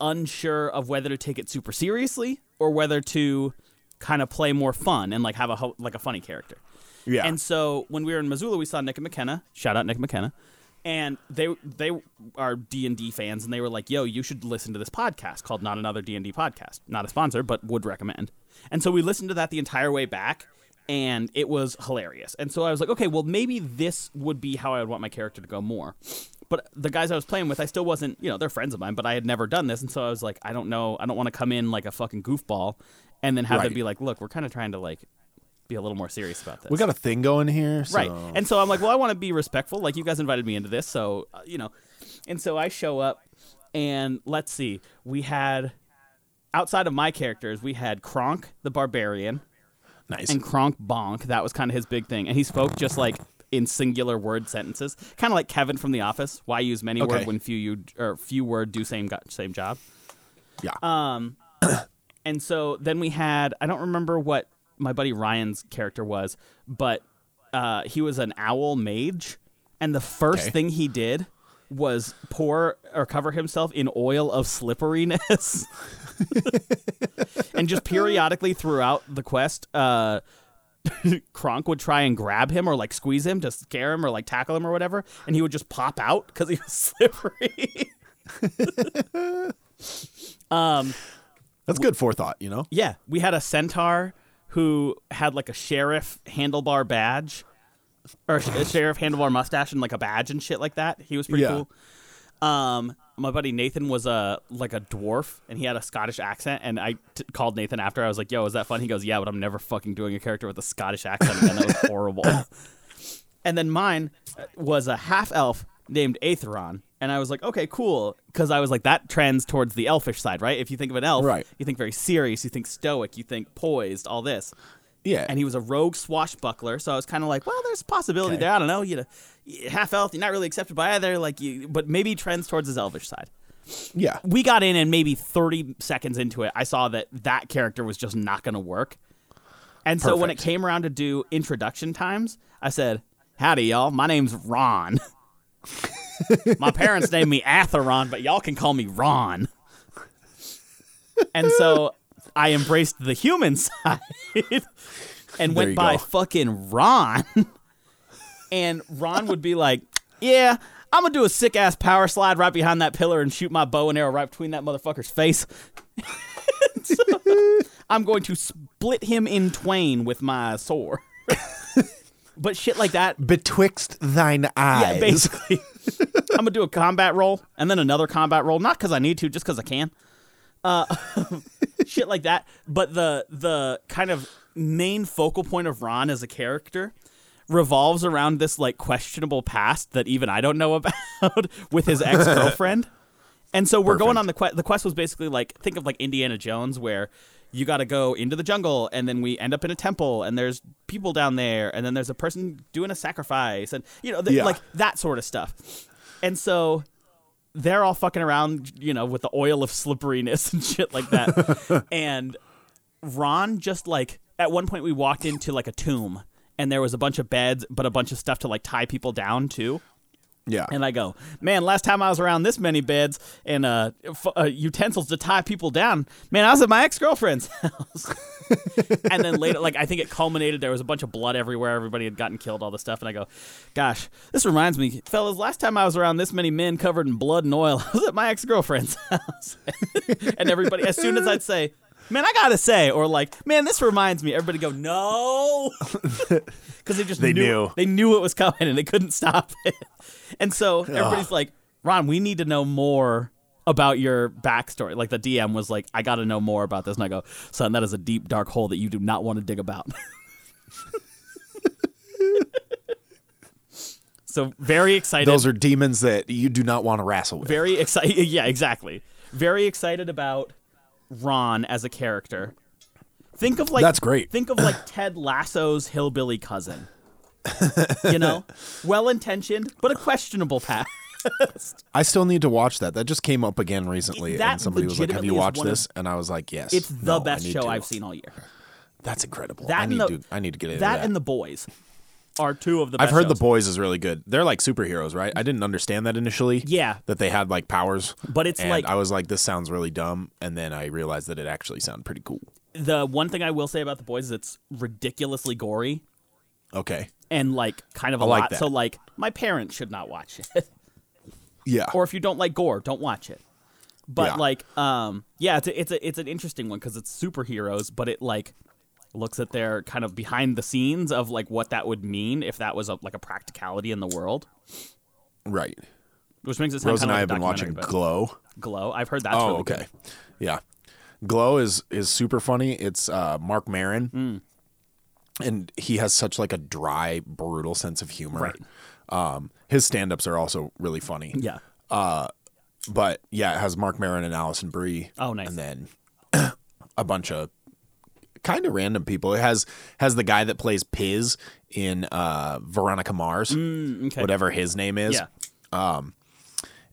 [SPEAKER 4] unsure of whether to take it super seriously or whether to kind of play more fun and like have a ho- like a funny character.
[SPEAKER 3] Yeah.
[SPEAKER 4] And so when we were in Missoula, we saw Nick and McKenna. Shout out Nick McKenna. And they they are D and D fans, and they were like, "Yo, you should listen to this podcast called Not Another D and D Podcast. Not a sponsor, but would recommend." And so we listened to that the entire way back, and it was hilarious. And so I was like, "Okay, well maybe this would be how I would want my character to go more." But the guys I was playing with, I still wasn't, you know, they're friends of mine, but I had never done this, and so I was like, "I don't know, I don't want to come in like a fucking goofball, and then have them
[SPEAKER 3] Right.
[SPEAKER 4] be like, look, we're kind of trying to like be a little more serious about this.
[SPEAKER 3] We got a thing going here. So.
[SPEAKER 4] Right. And so I'm like, well, I want to be respectful. Like, you guys invited me into this. So, uh, you know. And so I show up, and let's see. We had, outside of my characters, we had Kronk the Barbarian
[SPEAKER 3] nice.
[SPEAKER 4] and Kronk Bonk. That was kind of his big thing. And he spoke just like in singular word sentences, kind of like Kevin from The Office. Why use many
[SPEAKER 3] Okay.
[SPEAKER 4] word when few you or few word do same go- same job?
[SPEAKER 3] yeah.
[SPEAKER 4] And so then we had I don't remember what my buddy Ryan's character was, but uh, he was an owl mage, and the first
[SPEAKER 3] Okay.
[SPEAKER 4] thing he did was pour or cover himself in oil of slipperiness, <laughs> and just periodically throughout the quest. Uh, <laughs> Kronk would try and grab him or like squeeze him to scare him or like tackle him or whatever, and he would just pop out because he was <laughs> slippery. um,
[SPEAKER 3] That's good forethought, you know?
[SPEAKER 4] yeah, we had a centaur who had like a sheriff handlebar badge, or a sh- a sheriff handlebar mustache and like a badge and shit like that. He was pretty
[SPEAKER 3] Yeah.
[SPEAKER 4] cool. Um, my buddy Nathan was a like a dwarf, and he had a Scottish accent. And I t- called Nathan after. I was like, "Yo, is that fun?" He goes, "Yeah, but I'm never fucking doing a character with a Scottish accent again. That was horrible." and then mine uh, was a half elf named Aetheron. And I was like, okay, cool. Because I was like, that trends towards the elfish side, right? If you think of an elf,
[SPEAKER 3] Right.
[SPEAKER 4] you think very serious, you think stoic, you think poised, all this.
[SPEAKER 3] Yeah.
[SPEAKER 4] And he was a rogue swashbuckler, so I was kind of like, well, there's a possibility
[SPEAKER 3] Okay.
[SPEAKER 4] there. I don't know, you know, y- half elf, you're not really accepted by either, like you, but maybe he trends towards his elvish side.
[SPEAKER 3] yeah.
[SPEAKER 4] We got in, and maybe 30 seconds into it, I saw that that character was just not going to work. And so when it
[SPEAKER 3] Perfect.
[SPEAKER 4] came around to do introduction times, I said, "Howdy, y'all. My name's Ron. <laughs> My parents named me Atheron, but y'all can call me Ron." And so I embraced the human <laughs> side and
[SPEAKER 3] There
[SPEAKER 4] went
[SPEAKER 3] you
[SPEAKER 4] by
[SPEAKER 3] go.
[SPEAKER 4] fucking Ron. And Ron would be like, "Yeah." I'm gonna do a sick ass power slide right behind that pillar and shoot my bow and arrow right between that motherfucker's face. <laughs> I'm going to split him in twain with my sword. <laughs> but shit like that.
[SPEAKER 5] Betwixt thine eyes.
[SPEAKER 4] Yeah, <laughs> basically. I'm gonna do a combat roll and then another combat roll, not because I need to, just because I can. Uh, <laughs> shit like that. But the the kind of main focal point of Ron as a character revolves around this like questionable past that even I don't know <laughs> about with his ex <laughs> girlfriend. And so we're going on the quest. The quest was basically like think of like Indiana Jones, where you got to go into the jungle, and then we end up in a temple, and there's people down there, and then there's a person doing a sacrifice, and you know, th-
[SPEAKER 3] Yeah.
[SPEAKER 4] like that sort of stuff. And so they're all fucking around, you know, with the oil of slipperiness and shit like that. and Ron just like at one point we walked into like a tomb, and there was a bunch of beds, but a bunch of stuff to like tie people down to.
[SPEAKER 3] <laughs> Yeah.
[SPEAKER 4] And I go, man, last time I was around this many beds and uh, f- uh, utensils to tie people down, man, I was at my ex girlfriend's <laughs> house. and then later, like, I think it culminated. There was a bunch of blood everywhere. Everybody had gotten killed, all this stuff. And I go, gosh, this reminds me, fellas, last time I was around this many men covered in blood and oil, <laughs> I was at my ex girlfriend's <laughs> house. <laughs> and everybody, as soon as I'd say, man, I gotta say, or like, man, this reminds me, everybody go,
[SPEAKER 3] <laughs>
[SPEAKER 4] no. Because they just
[SPEAKER 3] They
[SPEAKER 4] knew,
[SPEAKER 3] knew.
[SPEAKER 4] they knew it was coming and they couldn't stop it. <laughs> And so everybody's like, Ron, we need to know more about your backstory. Like the DM was like, I got to know more about this. And I go, son, that is a deep, dark hole that you do not want to dig
[SPEAKER 3] <laughs>
[SPEAKER 4] about. <laughs> so very excited.
[SPEAKER 3] Those are demons that you do not want to wrestle with.
[SPEAKER 4] very excited. <laughs> Yeah, exactly. Very excited about Ron as a character. Think of like
[SPEAKER 3] That's great.
[SPEAKER 4] Think of like Ted Lasso's hillbilly cousin. you
[SPEAKER 3] <laughs>
[SPEAKER 4] know, well intentioned but a questionable path.
[SPEAKER 3] I still need to watch that. That just came up again recently,
[SPEAKER 4] that
[SPEAKER 3] and somebody was like, "Have you
[SPEAKER 4] legitimately is
[SPEAKER 3] watched
[SPEAKER 4] one of-
[SPEAKER 3] this?" And I was like, "Yes."
[SPEAKER 4] It's the
[SPEAKER 3] No, I
[SPEAKER 4] best
[SPEAKER 3] need
[SPEAKER 4] show
[SPEAKER 3] to.
[SPEAKER 4] I've seen all year.
[SPEAKER 3] That's incredible.
[SPEAKER 4] That
[SPEAKER 3] I
[SPEAKER 4] and
[SPEAKER 3] need
[SPEAKER 4] the-
[SPEAKER 3] to. I need to get into
[SPEAKER 4] That
[SPEAKER 3] that.
[SPEAKER 4] and The Boys are two of the.
[SPEAKER 3] I've
[SPEAKER 4] best
[SPEAKER 3] heard the
[SPEAKER 4] shows.
[SPEAKER 3] boys is really good. They're like superheroes, right? I didn't understand that initially.
[SPEAKER 4] Yeah.
[SPEAKER 3] that they had like powers,
[SPEAKER 4] But it's
[SPEAKER 3] and
[SPEAKER 4] like-
[SPEAKER 3] I was like, "This sounds really dumb," and then I realized that it actually sounded pretty cool.
[SPEAKER 4] The one thing I will say about The Boys is it's ridiculously gory
[SPEAKER 3] Okay.
[SPEAKER 4] and like kind of a
[SPEAKER 3] I like
[SPEAKER 4] lot.
[SPEAKER 3] that.
[SPEAKER 4] So like my parents should not watch it. <laughs>
[SPEAKER 3] Yeah.
[SPEAKER 4] or if you don't like gore, don't watch it. But
[SPEAKER 3] Yeah.
[SPEAKER 4] like, um, yeah, it's a, it's a, it's an interesting one because it's superheroes, but it like looks at their kind of behind the scenes of like what that would mean if that was a, like a practicality in the world,
[SPEAKER 3] right.
[SPEAKER 4] which makes it sound
[SPEAKER 3] Rose and
[SPEAKER 4] kind
[SPEAKER 3] I
[SPEAKER 4] of
[SPEAKER 3] have
[SPEAKER 4] like a
[SPEAKER 3] been watching
[SPEAKER 4] documentary,
[SPEAKER 3] Glow.
[SPEAKER 4] but Glow. I've heard that's
[SPEAKER 3] oh,
[SPEAKER 4] really
[SPEAKER 3] okay.
[SPEAKER 4] good. Mm.
[SPEAKER 3] Yeah. Glow is is super funny. It's uh Mark Marin. and he has such like a dry, brutal sense of humor. Um, his stand-ups are also really funny.
[SPEAKER 4] Yeah.
[SPEAKER 3] But yeah, it has Mark Maron and Allison Brie.
[SPEAKER 4] Oh, nice.
[SPEAKER 3] And then <clears throat> a bunch of kind of random people. It has has the guy that plays Piz in uh, Veronica Mars,
[SPEAKER 4] okay.
[SPEAKER 3] whatever his name is.
[SPEAKER 4] Mm. Yeah.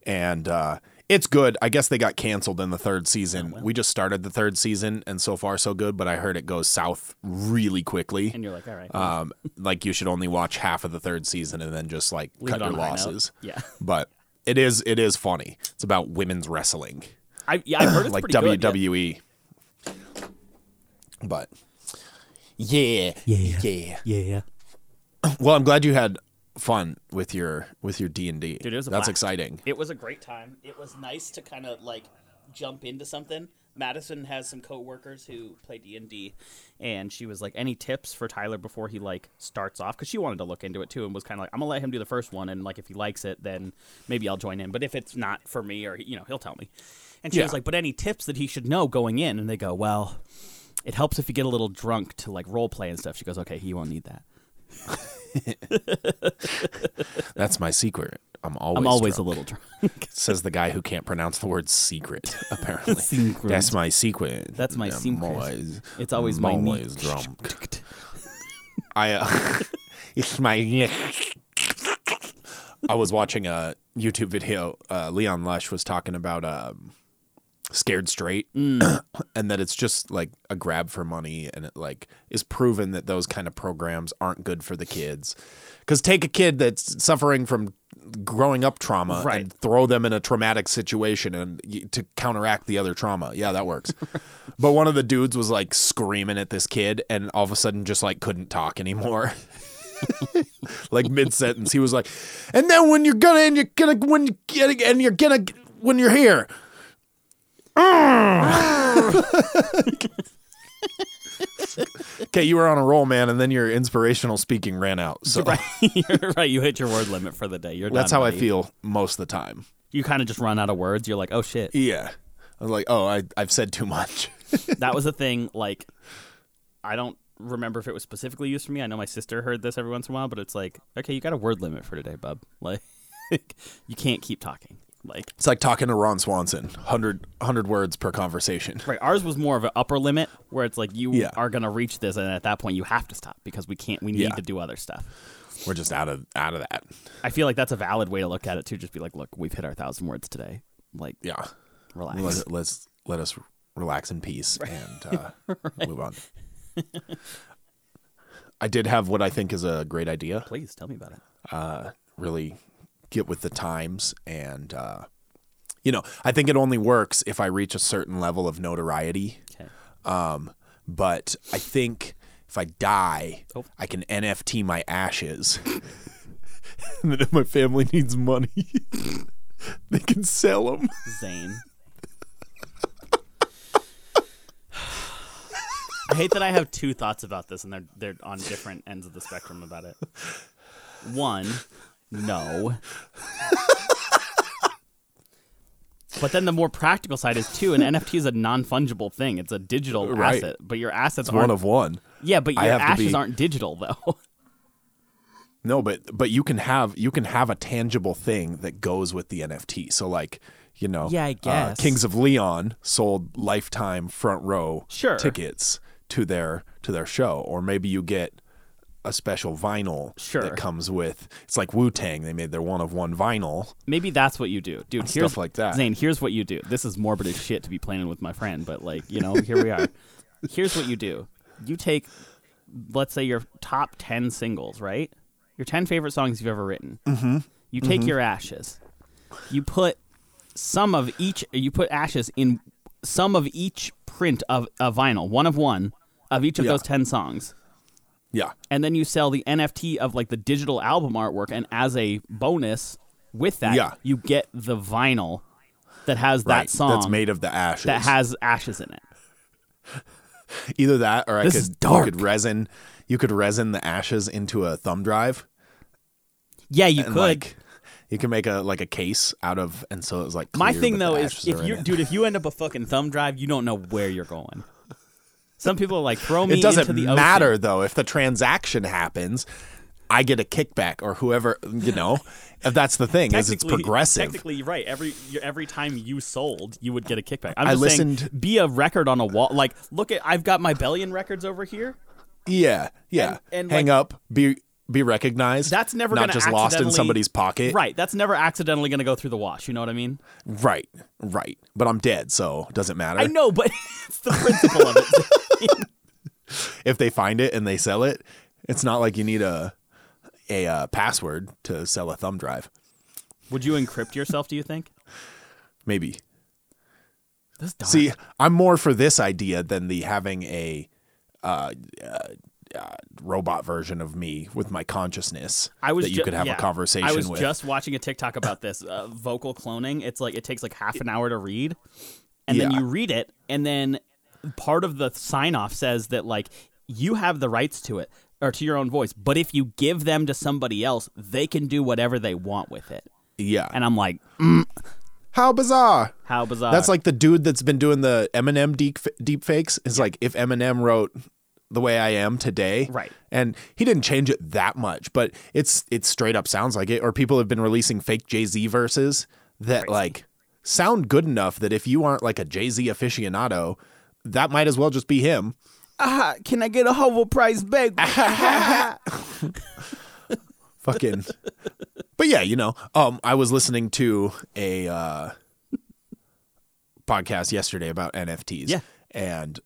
[SPEAKER 3] And uh, it's good. I guess they got canceled in the third season.
[SPEAKER 4] Oh,
[SPEAKER 3] We just started the third season, and so far so good. But I heard it goes south really quickly.
[SPEAKER 4] And you're like, all right.
[SPEAKER 3] um, like you should only watch half of the third season and then just like
[SPEAKER 4] Leave
[SPEAKER 3] cut
[SPEAKER 4] it on
[SPEAKER 3] your
[SPEAKER 4] a high note.
[SPEAKER 3] losses.
[SPEAKER 4] Yeah.
[SPEAKER 3] but it is it is funny. It's about women's wrestling,
[SPEAKER 4] I, yeah, I've heard it's
[SPEAKER 3] like E
[SPEAKER 4] pretty good, yeah.
[SPEAKER 3] WWE. But yeah, yeah, yeah,
[SPEAKER 2] Yeah.
[SPEAKER 3] Well, I'm glad you had fun with your with your D and D.
[SPEAKER 4] Dude, it was a
[SPEAKER 3] That's
[SPEAKER 4] blast.
[SPEAKER 3] exciting.
[SPEAKER 4] It was a great time. It was nice to kind of like jump into something. Madison has some coworkers who play D and D, and she was like, "Any tips for Tyler before he like starts off?" Because she wanted to look into it too, and was kind of like, "I'm gonna let him do the first one, and like if he likes it, then maybe I'll join in. But if it's not for me, or you know, he'll tell me." And she was
[SPEAKER 3] Yeah.
[SPEAKER 4] like, "But any tips that he should know going in?" And they go, "Well, it helps if you get a little drunk to like role play and stuff." She goes, "Okay, he won't need that.
[SPEAKER 3] That's my secret. I'm always
[SPEAKER 4] I'm always
[SPEAKER 3] drunk,
[SPEAKER 4] a little drunk." <laughs>
[SPEAKER 3] says the guy who can't pronounce the word secret. Apparently,
[SPEAKER 4] Secret.
[SPEAKER 3] that's my secret.
[SPEAKER 4] That's my
[SPEAKER 3] I'm
[SPEAKER 4] secret.
[SPEAKER 3] Always,
[SPEAKER 4] It's always
[SPEAKER 3] I'm
[SPEAKER 4] my knee.
[SPEAKER 3] always drunk.
[SPEAKER 4] <laughs>
[SPEAKER 3] I uh, <laughs> it's my I was watching a YouTube video. Uh, Leon Lush was talking about um, scared straight, and that it's just like a grab for money, and it like is proven that those kind of programs aren't good for the kids. Because take a kid that's suffering from growing up trauma
[SPEAKER 4] Right.
[SPEAKER 3] and throw them in a traumatic situation and y- to counteract the other trauma. Yeah, that works. <laughs> but one of the dudes was like screaming at this kid, and all of a sudden just like couldn't talk anymore <laughs> like mid sentence. He was like, "And then when you're gonna, and you're gonna, when you get, and you're gonna, when you're here." okay, you were on a roll, man, and then your inspirational speaking ran out. <laughs> So
[SPEAKER 4] You're <laughs> right. You hit your word limit for the day. You're
[SPEAKER 3] that's
[SPEAKER 4] done,
[SPEAKER 3] how I
[SPEAKER 4] buddy.
[SPEAKER 3] feel most of the time.
[SPEAKER 4] You kind of just run out of words. You're like, oh shit,
[SPEAKER 3] <laughs> Yeah, I was like, "Oh, I, I've said too much." <laughs>
[SPEAKER 4] that was a thing. Like, I don't remember if it was specifically used for me. I know my sister heard this every once in a while, but it's like, okay, you got a word limit for today, bub. <laughs> Like, you can't keep talking. Like,
[SPEAKER 3] it's like talking to Ron Swanson, 100, 100 words per conversation.
[SPEAKER 4] right. Ours was more of an upper limit where it's like you
[SPEAKER 3] Yeah.
[SPEAKER 4] are gonna reach this, and at that point you have to stop because we can't. We need
[SPEAKER 3] Yeah.
[SPEAKER 4] to do other stuff.
[SPEAKER 3] We're just out of out of that.
[SPEAKER 4] I feel like that's a valid way to look at it too. Just be like, look, we've hit our thousand words today. Like,
[SPEAKER 3] Yeah.
[SPEAKER 4] relax.
[SPEAKER 3] let, let's let us relax in peace <laughs> and uh, move on. I did have what I think is a great idea.
[SPEAKER 4] Please tell me about it.
[SPEAKER 3] Really get with the times, and uh, you know, I think it only works if I reach a certain level of notoriety.
[SPEAKER 4] Okay.
[SPEAKER 3] Um, but I think if I die,
[SPEAKER 4] Oh.
[SPEAKER 3] I can NFT my ashes. <laughs> and then if my family needs money, <laughs> they can sell them.
[SPEAKER 4] Zane. I hate that I have two thoughts about this, and they're they're on different ends of the spectrum about it. One, no. But then the more practical side is two. An NFT is a non-fungible thing; it's a digital
[SPEAKER 3] Right.
[SPEAKER 4] asset. But your assets
[SPEAKER 3] One
[SPEAKER 4] aren't.
[SPEAKER 3] of one.
[SPEAKER 4] yeah, but your
[SPEAKER 3] I have to
[SPEAKER 4] ashes
[SPEAKER 3] be-
[SPEAKER 4] aren't digital though.
[SPEAKER 3] No, but but you can have you can have a tangible thing that goes with the NFT. So like, you know, uh,
[SPEAKER 4] Yeah, I guess.
[SPEAKER 3] Kings of Leon sold lifetime front row
[SPEAKER 4] Sure.
[SPEAKER 3] tickets to their to their show, or maybe you get a special vinyl
[SPEAKER 4] Sure.
[SPEAKER 3] that comes with. It's like Wu Tang; they made their one of one vinyl.
[SPEAKER 4] Maybe that's what you do, dude.
[SPEAKER 3] Stuff
[SPEAKER 4] Here's,
[SPEAKER 3] like that.
[SPEAKER 4] Zane. Here's what you do. This is morbid as shit to be planning with my friend, but like you know, here we
[SPEAKER 3] <laughs>
[SPEAKER 4] are. Here's what you do. You take, let's say your top ten singles, right? Your ten favorite songs you've ever written. Mm-hmm. You take your ashes. You put some of each. You put ashes in some of each print of a vinyl, one of one of each of
[SPEAKER 3] Yeah.
[SPEAKER 4] those ten songs
[SPEAKER 3] Yeah,
[SPEAKER 4] and then you sell the NFT of like the digital album artwork, and as a bonus with that,
[SPEAKER 3] Yeah.
[SPEAKER 4] you get the vinyl that has that
[SPEAKER 3] right.
[SPEAKER 4] song
[SPEAKER 3] that's made of the ashes.
[SPEAKER 4] that has ashes in it.
[SPEAKER 3] Either that, or I
[SPEAKER 4] This
[SPEAKER 3] could
[SPEAKER 4] is dark.
[SPEAKER 3] you could resin you could resin the ashes into a thumb drive.
[SPEAKER 4] Yeah, you
[SPEAKER 3] and
[SPEAKER 4] could.
[SPEAKER 3] like you can make a like a case out of and so it's like
[SPEAKER 4] My
[SPEAKER 3] clear,
[SPEAKER 4] thing
[SPEAKER 3] but the
[SPEAKER 4] though is
[SPEAKER 3] ashes
[SPEAKER 4] if
[SPEAKER 3] are in
[SPEAKER 4] you
[SPEAKER 3] it.
[SPEAKER 4] dude, if you end up a fucking thumb drive, you don't know where you're going. Some people are like throw me
[SPEAKER 3] It doesn't
[SPEAKER 4] into the ocean.
[SPEAKER 3] matter though if the transaction happens. I get a kickback or whoever you know. If that's the thing, is it's
[SPEAKER 4] Technically-
[SPEAKER 3] progressive.
[SPEAKER 4] Technically, you're right. Every you- every time you sold, you would get a kickback. I'm
[SPEAKER 3] I
[SPEAKER 4] just saying,
[SPEAKER 3] listened-
[SPEAKER 4] be a record on a wall. Like, look at I've got my Bellion records over here.
[SPEAKER 3] Yeah, yeah.
[SPEAKER 4] and,
[SPEAKER 3] Hang
[SPEAKER 4] like-
[SPEAKER 3] up, be be recognized.
[SPEAKER 4] That's never
[SPEAKER 3] not
[SPEAKER 4] gonna
[SPEAKER 3] just lost in
[SPEAKER 4] accidentally-
[SPEAKER 3] somebody's pocket.
[SPEAKER 4] Right. That's never accidentally going to go through the wash. You know what I mean?
[SPEAKER 3] right, right. But I'm dead, so it doesn't matter.
[SPEAKER 4] I know,
[SPEAKER 3] <laughs>
[SPEAKER 4] but it's the principle of it.
[SPEAKER 3] If they find it and they sell it, it's not like you need a a uh, password to sell a thumb drive.
[SPEAKER 4] <laughs> Would you encrypt yourself? Do you think?
[SPEAKER 3] Maybe.
[SPEAKER 4] That's dark.
[SPEAKER 3] See, I'm more for this idea than the having a uh, uh, uh, robot version of me with my consciousness
[SPEAKER 4] I was
[SPEAKER 3] that you
[SPEAKER 4] ju-
[SPEAKER 3] could have
[SPEAKER 4] yeah.
[SPEAKER 3] a conversation
[SPEAKER 4] I was
[SPEAKER 3] with.
[SPEAKER 4] just watching a
[SPEAKER 3] <laughs>
[SPEAKER 4] TikTok about this uh, vocal cloning. It's like it takes like half an hour to read, and then
[SPEAKER 3] Yeah.
[SPEAKER 4] you read it, and then part of the sign off says that like you have the rights to it or to your own voice, but if you give them to somebody else, they can do whatever they want with it.
[SPEAKER 3] yeah.
[SPEAKER 4] And I'm like,
[SPEAKER 3] How bizarre.
[SPEAKER 4] how bizarre!
[SPEAKER 3] That's like the dude that's been doing the Eminem deep, deep fakes. It's like if Eminem wrote the way I am today,
[SPEAKER 4] Right.
[SPEAKER 3] And he didn't change it that much, but it's it straight up sounds like it. Or people have been releasing fake Jay Z verses that like sound good enough that if you aren't like a Jay Z aficionado, that might as well just be him.
[SPEAKER 4] ah, can I get a Hovel Prize bag?
[SPEAKER 3] Fucking. but yeah, you know, um, I was listening to a uh, podcast yesterday about NFTs.
[SPEAKER 4] Yeah.
[SPEAKER 3] And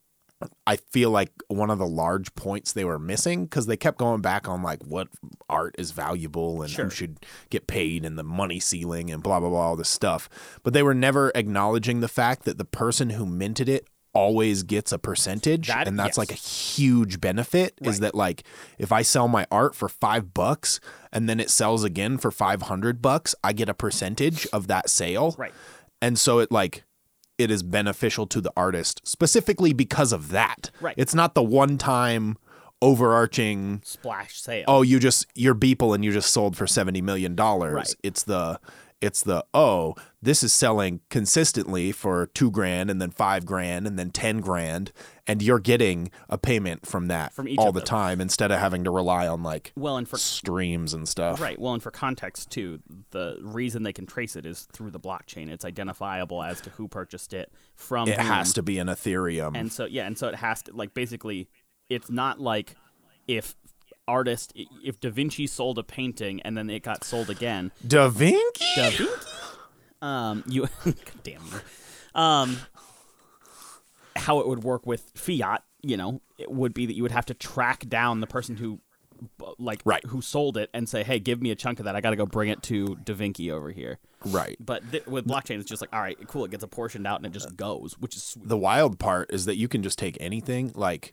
[SPEAKER 3] I feel like one of the large points they were missing because they kept going back on like what art is valuable and who should get paid and the money ceiling and blah blah blah all this stuff, but they were never acknowledging the fact that the person who minted it always gets a percentage,
[SPEAKER 4] That-
[SPEAKER 3] and that's
[SPEAKER 4] yes.
[SPEAKER 3] like a huge benefit. Is that like if I sell my art for five bucks and then it sells again for five hundred bucks, I get a percentage of that sale,
[SPEAKER 4] <laughs> Right.
[SPEAKER 3] And so it like it is beneficial to the artist specifically because of that.
[SPEAKER 4] Right.
[SPEAKER 3] It's not the one time overarching
[SPEAKER 4] Splash sale.
[SPEAKER 3] oh you just you're Beeple and you just sold for 70 million dollars.
[SPEAKER 4] Right.
[SPEAKER 3] It's the it's the oh this is selling consistently for 2 grand and then 5 grand and then 10 grand and you're getting a payment from that
[SPEAKER 4] From each
[SPEAKER 3] all
[SPEAKER 4] of
[SPEAKER 3] the
[SPEAKER 4] those.
[SPEAKER 3] time instead of having to rely on like
[SPEAKER 4] Well, and for
[SPEAKER 3] streams and stuff.
[SPEAKER 4] Right. Well, and for context too, the reason they can trace it is through the blockchain. It's identifiable as to who purchased it from.
[SPEAKER 3] It
[SPEAKER 4] whom.
[SPEAKER 3] has to be an Ethereum.
[SPEAKER 4] Mm-hmm. And so yeah, and so it has to like basically, it's not like if artist if Da Vinci sold a painting and then it got sold again.
[SPEAKER 3] Da Vinci?
[SPEAKER 4] Da Vinci. <laughs> Um, you. <laughs> God damn you. Um, how it would work with fiat, you know, it would be that you would have to track down the person who, bu- like,
[SPEAKER 3] Right.
[SPEAKER 4] who sold it and say, "Hey, give me a chunk of that. I got to go bring it to Da Vinci over here."
[SPEAKER 3] Right.
[SPEAKER 4] But th- with blockchain, it's just like, all right, cool. It gets apportioned out and it just goes, which is sweet.
[SPEAKER 3] the wild part is that you can just take anything. Like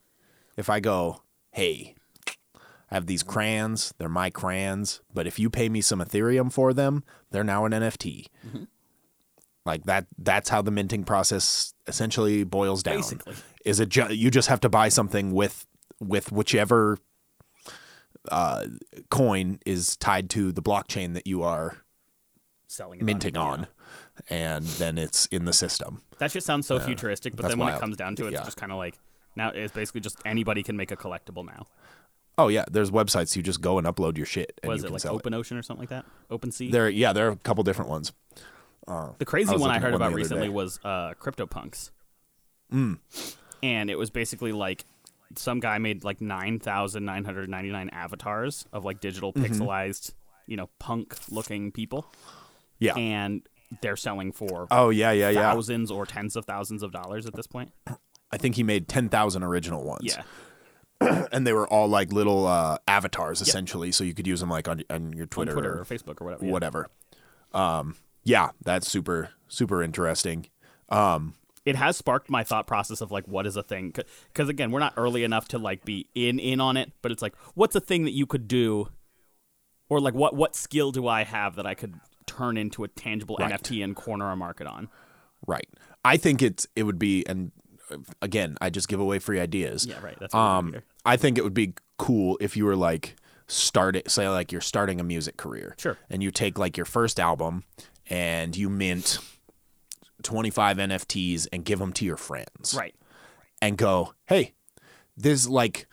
[SPEAKER 3] if I go, hey, I have these crayons, they're my crayons, but if you pay me some Ethereum for them, they're now an NFT.
[SPEAKER 4] Mm-hmm.
[SPEAKER 3] Like that that's how the minting process essentially boils down.
[SPEAKER 4] Basically.
[SPEAKER 3] Is it ju- you just have to buy something with with whichever uh, coin is tied to the blockchain that you are
[SPEAKER 4] Selling it
[SPEAKER 3] minting
[SPEAKER 4] yeah.
[SPEAKER 3] on, and then it's in the system.
[SPEAKER 4] That just sounds so futuristic, but
[SPEAKER 3] that's
[SPEAKER 4] then when it
[SPEAKER 3] wild.
[SPEAKER 4] comes down to it,
[SPEAKER 3] Yeah.
[SPEAKER 4] it's just kind of like now it's basically just anybody can make a collectible now.
[SPEAKER 3] Oh yeah, there's websites you just go and upload your shit and
[SPEAKER 4] Was
[SPEAKER 3] you
[SPEAKER 4] it
[SPEAKER 3] can
[SPEAKER 4] like
[SPEAKER 3] sell
[SPEAKER 4] Open Ocean or something like that? Open Sea.
[SPEAKER 3] it. There, yeah, there are a couple different ones.
[SPEAKER 4] The crazy
[SPEAKER 3] I was
[SPEAKER 4] one I
[SPEAKER 3] looking at
[SPEAKER 4] heard
[SPEAKER 3] one the
[SPEAKER 4] about
[SPEAKER 3] other
[SPEAKER 4] recently
[SPEAKER 3] day. Hmm.
[SPEAKER 4] was uh, CryptoPunks. And it was basically like some guy made like 9,999 avatars of like digital
[SPEAKER 3] Mm-hmm.
[SPEAKER 4] pixelized, you know, punk looking people.
[SPEAKER 3] Yeah.
[SPEAKER 4] And they're selling for
[SPEAKER 3] oh yeah, yeah, yeah.
[SPEAKER 4] thousands or tens of thousands of dollars at this point.
[SPEAKER 3] I think he made ten thousand original ones.
[SPEAKER 4] Yeah.
[SPEAKER 3] <laughs> and they were all like little uh, avatars essentially, so you could use them like on, on your Twitter,
[SPEAKER 4] On Twitter
[SPEAKER 3] or
[SPEAKER 4] or Facebook or whatever. yeah.
[SPEAKER 3] whatever. Um, yeah, that's super super interesting.
[SPEAKER 4] it has sparked my thought process of like what is a thing because again we're not early enough to like be in in on it but it's like what's a thing that you could do or like what what skill do i have that i could turn into a tangible
[SPEAKER 3] Right.
[SPEAKER 4] nft and corner a market on
[SPEAKER 3] Right. I think it's it would be and uh, again, I just give away free ideas.
[SPEAKER 4] yeah right that's what I'm
[SPEAKER 3] Um,
[SPEAKER 4] here.
[SPEAKER 3] I think it would be cool if you were like start it, say like you're starting a music career.
[SPEAKER 4] Sure.
[SPEAKER 3] And you take like your first album and you mint 25 NFTs and give them to your friends.
[SPEAKER 4] right
[SPEAKER 3] And go, hey, there's like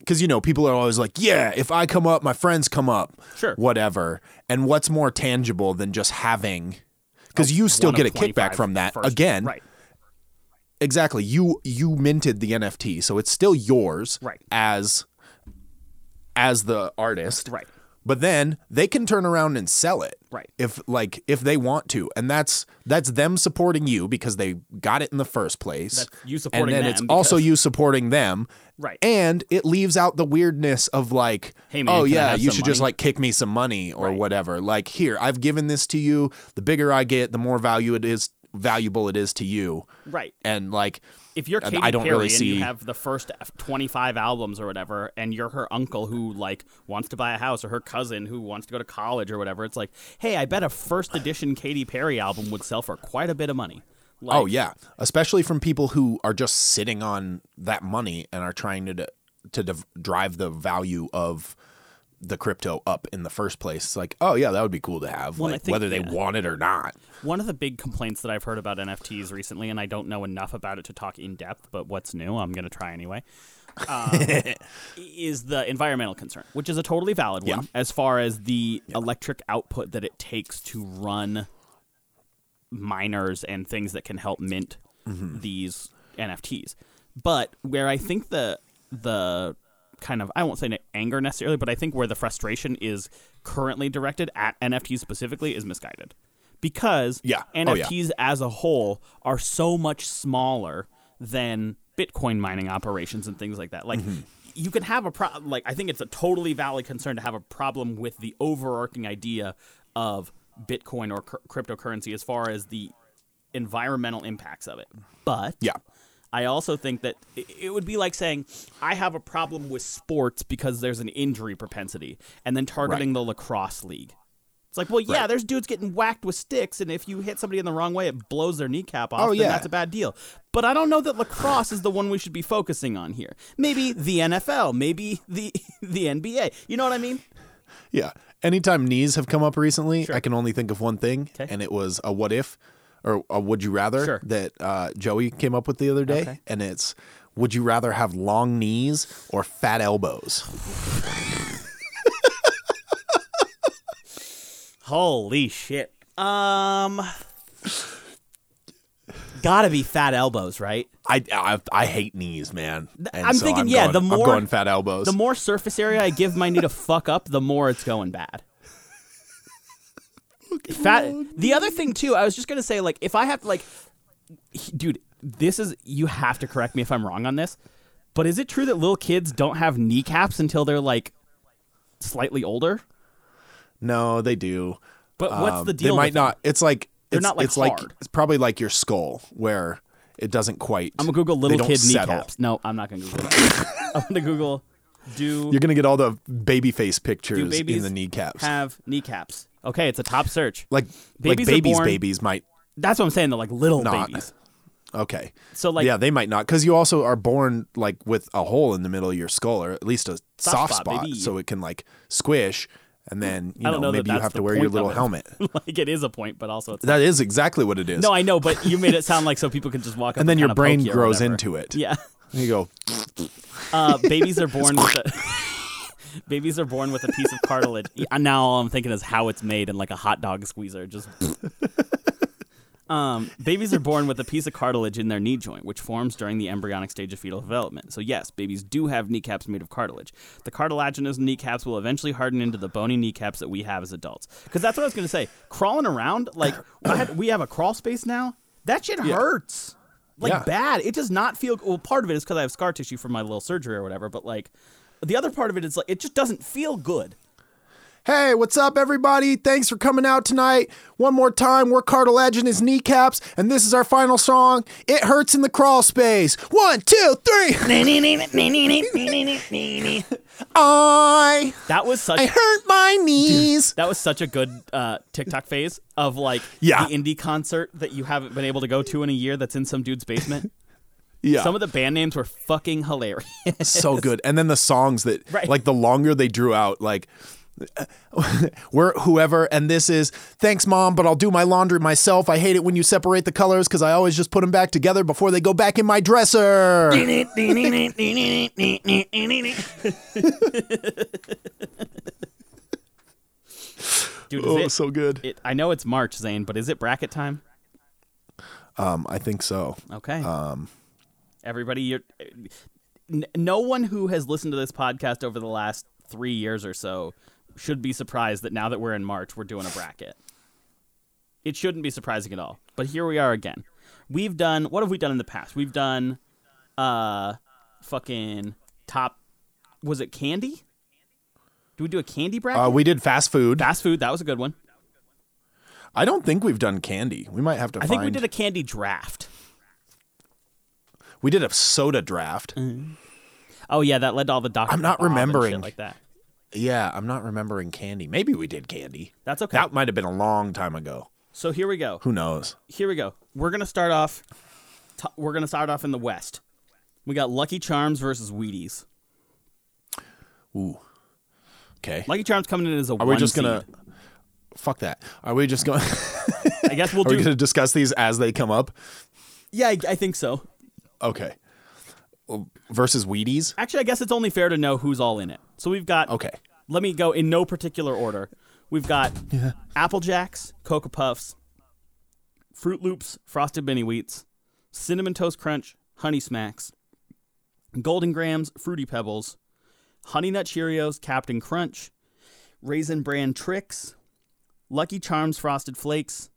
[SPEAKER 3] because you know people are always like yeah if i come up my friends come up
[SPEAKER 4] Sure.
[SPEAKER 3] whatever and what's more tangible than just having because you still
[SPEAKER 4] One
[SPEAKER 3] get a
[SPEAKER 4] of 25
[SPEAKER 3] kickback from that
[SPEAKER 4] first.
[SPEAKER 3] again
[SPEAKER 4] Right.
[SPEAKER 3] exactly you you minted the nft so it's still yours
[SPEAKER 4] Right.
[SPEAKER 3] as as the artist
[SPEAKER 4] Right.
[SPEAKER 3] but then they can turn around and sell it
[SPEAKER 4] Right.
[SPEAKER 3] if like if they want to and that's that's them supporting you because they got it in the first place
[SPEAKER 4] That's you supporting
[SPEAKER 3] and then
[SPEAKER 4] them
[SPEAKER 3] it's also
[SPEAKER 4] because-
[SPEAKER 3] you supporting them
[SPEAKER 4] Right.
[SPEAKER 3] and it leaves out the weirdness of like
[SPEAKER 4] Hey, man,
[SPEAKER 3] oh
[SPEAKER 4] can I
[SPEAKER 3] yeah
[SPEAKER 4] have
[SPEAKER 3] you
[SPEAKER 4] some
[SPEAKER 3] should just
[SPEAKER 4] money?
[SPEAKER 3] like kick me some money or whatever like here i've given this to you the bigger i get the more value it is valuable it is to you
[SPEAKER 4] Right.
[SPEAKER 3] and like
[SPEAKER 4] If you're
[SPEAKER 3] I-
[SPEAKER 4] Katy
[SPEAKER 3] I don't
[SPEAKER 4] Perry
[SPEAKER 3] really
[SPEAKER 4] and
[SPEAKER 3] see-
[SPEAKER 4] you have the first 25 albums or whatever, and you're her uncle who like wants to buy a house, or her cousin who wants to go to college or whatever, it's like, hey, I bet a first edition Katy Perry album would sell for quite a bit of money. Like,
[SPEAKER 3] oh yeah especially from people who are just sitting on that money and are trying to d- to div- drive the value of the crypto up in the first place it's like oh yeah that would be cool to have
[SPEAKER 4] Well, I
[SPEAKER 3] like,
[SPEAKER 4] think-
[SPEAKER 3] whether they
[SPEAKER 4] yeah.
[SPEAKER 3] want it or not
[SPEAKER 4] One of the big complaints that I've heard about NFTs recently, and I don't know enough about it to talk in depth, but what's new, I'm going to try anyway, um, is the environmental concern, which is a totally valid one
[SPEAKER 3] Yeah.
[SPEAKER 4] as far as the electric output that it takes to run miners and things that can help mint
[SPEAKER 3] Mm-hmm.
[SPEAKER 4] these NFTs. But where I think the the kind of I won't say anger necessarily, but I think where the frustration is currently directed at NFTs specifically is misguided. Because
[SPEAKER 3] Yeah. Oh, yeah.
[SPEAKER 4] NFTs as a whole are so much smaller than Bitcoin mining operations and things like that. Like
[SPEAKER 3] Mm-hmm.
[SPEAKER 4] you can have a problem. Like I think it's a totally valid concern to have a problem with the overarching idea of Bitcoin or cr- cryptocurrency as far as the environmental impacts of it. But
[SPEAKER 3] yeah
[SPEAKER 4] I also think that i- it would be like saying I have a problem with sports because there's an injury propensity, and then targeting the lacrosse league. It's like, well, yeah,
[SPEAKER 3] Right.
[SPEAKER 4] there's dudes getting whacked with sticks, and if you hit somebody in the wrong way, it blows their kneecap off.
[SPEAKER 3] Oh,
[SPEAKER 4] then
[SPEAKER 3] yeah.
[SPEAKER 4] that's a bad deal. But I don't know that lacrosse is the one we should be focusing on here. Maybe the NFL, maybe the <laughs> the NBA. You know what I mean?
[SPEAKER 3] Yeah. Anytime knees have come up recently, I can only think of one thing, and it was a what if or a would you rather
[SPEAKER 4] Sure.
[SPEAKER 3] that uh, Joey came up with the other day. And it's would you rather have long knees or fat elbows?
[SPEAKER 4] Holy shit. Um, gotta be fat elbows, right?
[SPEAKER 3] I I, I hate knees, man. And
[SPEAKER 4] I'm
[SPEAKER 3] so
[SPEAKER 4] thinking, yeah,
[SPEAKER 3] going-
[SPEAKER 4] the
[SPEAKER 3] I'm
[SPEAKER 4] more-
[SPEAKER 3] going fat elbows.
[SPEAKER 4] The more surface area I give my knee to fuck up, the more it's going bad. Fat. The other thing too, I was just gonna say, like, if I have to, like, he- dude, this is you have to correct me if I'm wrong on this, but is it true that little kids don't have kneecaps until they're like slightly older?
[SPEAKER 3] no, they do.
[SPEAKER 4] But what's
[SPEAKER 3] Um,
[SPEAKER 4] the deal?
[SPEAKER 3] They might
[SPEAKER 4] with
[SPEAKER 3] not. It's like
[SPEAKER 4] They're
[SPEAKER 3] it's,
[SPEAKER 4] not, like,
[SPEAKER 3] it's like
[SPEAKER 4] hard.
[SPEAKER 3] it's probably like your skull where it doesn't quite.
[SPEAKER 4] I'm gonna Google little
[SPEAKER 3] they don't
[SPEAKER 4] kid
[SPEAKER 3] settle.
[SPEAKER 4] kneecaps. No, I'm not gonna Google.
[SPEAKER 3] <laughs>
[SPEAKER 4] that. I'm gonna Google. Do
[SPEAKER 3] You're gonna get all the baby face pictures in
[SPEAKER 4] babies
[SPEAKER 3] the kneecaps.
[SPEAKER 4] have kneecaps? Okay, it's a top search.
[SPEAKER 3] like
[SPEAKER 4] Babies are
[SPEAKER 3] like babies
[SPEAKER 4] born-
[SPEAKER 3] babies might
[SPEAKER 4] That's what I'm saying. They're like little
[SPEAKER 3] Not.
[SPEAKER 4] babies.
[SPEAKER 3] okay
[SPEAKER 4] So, like-
[SPEAKER 3] yeah they might not because you also are born like with a hole in the middle of your skull or at least a soft,
[SPEAKER 4] spot,
[SPEAKER 3] spot
[SPEAKER 4] baby.
[SPEAKER 3] so it can like squish and then you
[SPEAKER 4] I
[SPEAKER 3] know,
[SPEAKER 4] don't know that
[SPEAKER 3] maybe you
[SPEAKER 4] that's
[SPEAKER 3] have
[SPEAKER 4] the
[SPEAKER 3] to wear your
[SPEAKER 4] point
[SPEAKER 3] little
[SPEAKER 4] of it.
[SPEAKER 3] helmet
[SPEAKER 4] <laughs> like it is a point, but also it's
[SPEAKER 3] that is exactly what it is
[SPEAKER 4] no. I know, but you made it sound like so people can just walk up.
[SPEAKER 3] and then your
[SPEAKER 4] kinda
[SPEAKER 3] brain
[SPEAKER 4] poke you or
[SPEAKER 3] grows
[SPEAKER 4] whatever.
[SPEAKER 3] into it
[SPEAKER 4] Yeah,
[SPEAKER 3] and you go
[SPEAKER 4] uh, babies are born with a <laughs> babies are born with a piece of cartilage. Yeah, now all I'm thinking is how it's made in like a hot dog squeezer. Just <laughs> um, babies are born with a piece of cartilage in their knee joint, which forms during the embryonic stage of fetal development. So yes, babies do have kneecaps made of cartilage. The cartilaginous kneecaps will eventually harden into the bony kneecaps that we have as adults. Because that's what I was going to say. Crawling around, like <coughs> I had, we have a crawl space now. That shit hurts like
[SPEAKER 3] Yeah.
[SPEAKER 4] bad. It does not feel well. Part of it is because I have scar tissue from my little surgery or whatever, but like the other part of it is like it just doesn't feel good.
[SPEAKER 3] Hey, what's up, everybody? Thanks for coming out tonight. One more time, we're Cartilaginous Kneecaps, and this is our final song, It Hurts in the Crawl Space. One, two,
[SPEAKER 4] <laughs>
[SPEAKER 3] three. <laughs> I,
[SPEAKER 4] That was such
[SPEAKER 3] I hurt my
[SPEAKER 4] <laughs>
[SPEAKER 3] knees.
[SPEAKER 4] that was such a good uh, TikTok phase of like
[SPEAKER 3] Yeah.
[SPEAKER 4] the indie concert that you haven't been able to go to in a year that's in some dude's basement.
[SPEAKER 3] <laughs> Yeah,
[SPEAKER 4] Some of the band names were fucking hilarious. <laughs>
[SPEAKER 3] so good. And then the songs that,
[SPEAKER 4] Right.
[SPEAKER 3] like, <laughs> the longer they drew out, like, we're whoever and this is thanks mom but i'll do my laundry myself i hate it when you separate the colors because i always just put them back together before they go back in
[SPEAKER 4] <laughs>
[SPEAKER 3] my dresser
[SPEAKER 4] Dude, is
[SPEAKER 3] oh
[SPEAKER 4] it,
[SPEAKER 3] so good
[SPEAKER 4] it- I know it's March, Zane, but is it bracket time?
[SPEAKER 3] um i think so
[SPEAKER 4] Okay. Um, Everybody, you're, n- no one who has listened to this podcast over the last three years or so should be surprised that now that we're in March, we're doing a bracket. It shouldn't be surprising at all. But here we are again. We've done, what have we done in the past? We've done uh, fucking top, was it candy? Do we do a candy bracket?
[SPEAKER 3] uh, we did fast food
[SPEAKER 4] Fast food, that was a good one.
[SPEAKER 3] i don't think we've done candy we might have to
[SPEAKER 4] I
[SPEAKER 3] find
[SPEAKER 4] think we did a candy draft.
[SPEAKER 3] we did a soda draft
[SPEAKER 4] Mm. Oh yeah, that led to all the doctor.
[SPEAKER 3] I'm not
[SPEAKER 4] Bob and shit
[SPEAKER 3] remembering.
[SPEAKER 4] like that.
[SPEAKER 3] yeah i'm not remembering candy maybe we did candy
[SPEAKER 4] That's okay.
[SPEAKER 3] that might have been a long time ago
[SPEAKER 4] So here we go.
[SPEAKER 3] who knows
[SPEAKER 4] Here we go. We're gonna start off. T- we're gonna start off in the West. We got Lucky Charms versus Wheaties.
[SPEAKER 3] ooh okay
[SPEAKER 4] Lucky Charms coming in as a.
[SPEAKER 3] are we just gonna fuck that are we just going
[SPEAKER 4] I guess we'll
[SPEAKER 3] <laughs> Are we
[SPEAKER 4] do.
[SPEAKER 3] going to discuss these as they come up?
[SPEAKER 4] Yeah, I, I think so.
[SPEAKER 3] Okay. Well, Versus Wheaties?
[SPEAKER 4] Actually, I guess it's only fair to know who's all in it. So we've got.
[SPEAKER 3] Okay.
[SPEAKER 4] Let me go in no particular order. We've got Apple Jacks, Cocoa Puffs, Fruit Loops, Frosted Mini Wheats, Cinnamon Toast Crunch, Honey Smacks, Golden Grams, Fruity Pebbles, Honey Nut Cheerios, Captain Crunch, Raisin Bran Tricks, Lucky Charms Frosted Flakes,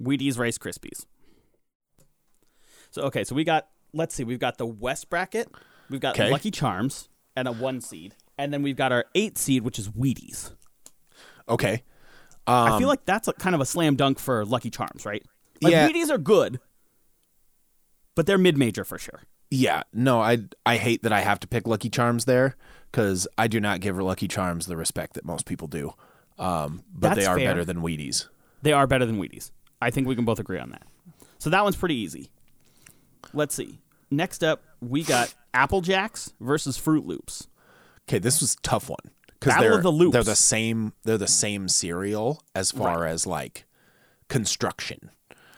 [SPEAKER 4] Wheaties Rice Krispies. So okay, so we got let's see, we've got the West bracket, we've got
[SPEAKER 3] 'Kay.
[SPEAKER 4] Lucky Charms and a one seed, and then we've got our eight seed, which is Wheaties.
[SPEAKER 3] Okay.
[SPEAKER 4] I feel like that's a, kind of a slam dunk for Lucky Charms, right? Like
[SPEAKER 3] Yeah.
[SPEAKER 4] Wheaties are good, but they're mid major for sure.
[SPEAKER 3] Yeah. No, I I hate that I have to pick Lucky Charms there cuz I do not give Lucky Charms the respect that most people do. Um, but
[SPEAKER 4] That's
[SPEAKER 3] they are
[SPEAKER 4] fair.
[SPEAKER 3] better than Wheaties.
[SPEAKER 4] They are better than Wheaties. I think we can both agree on that. So that one's pretty easy. Let's see. Next up, we got Apple Jacks versus Fruit Loops.
[SPEAKER 3] Okay, this was a tough one cuz
[SPEAKER 4] Battle
[SPEAKER 3] they're
[SPEAKER 4] of the Loops.
[SPEAKER 3] they're the same they're the same cereal as far as like construction.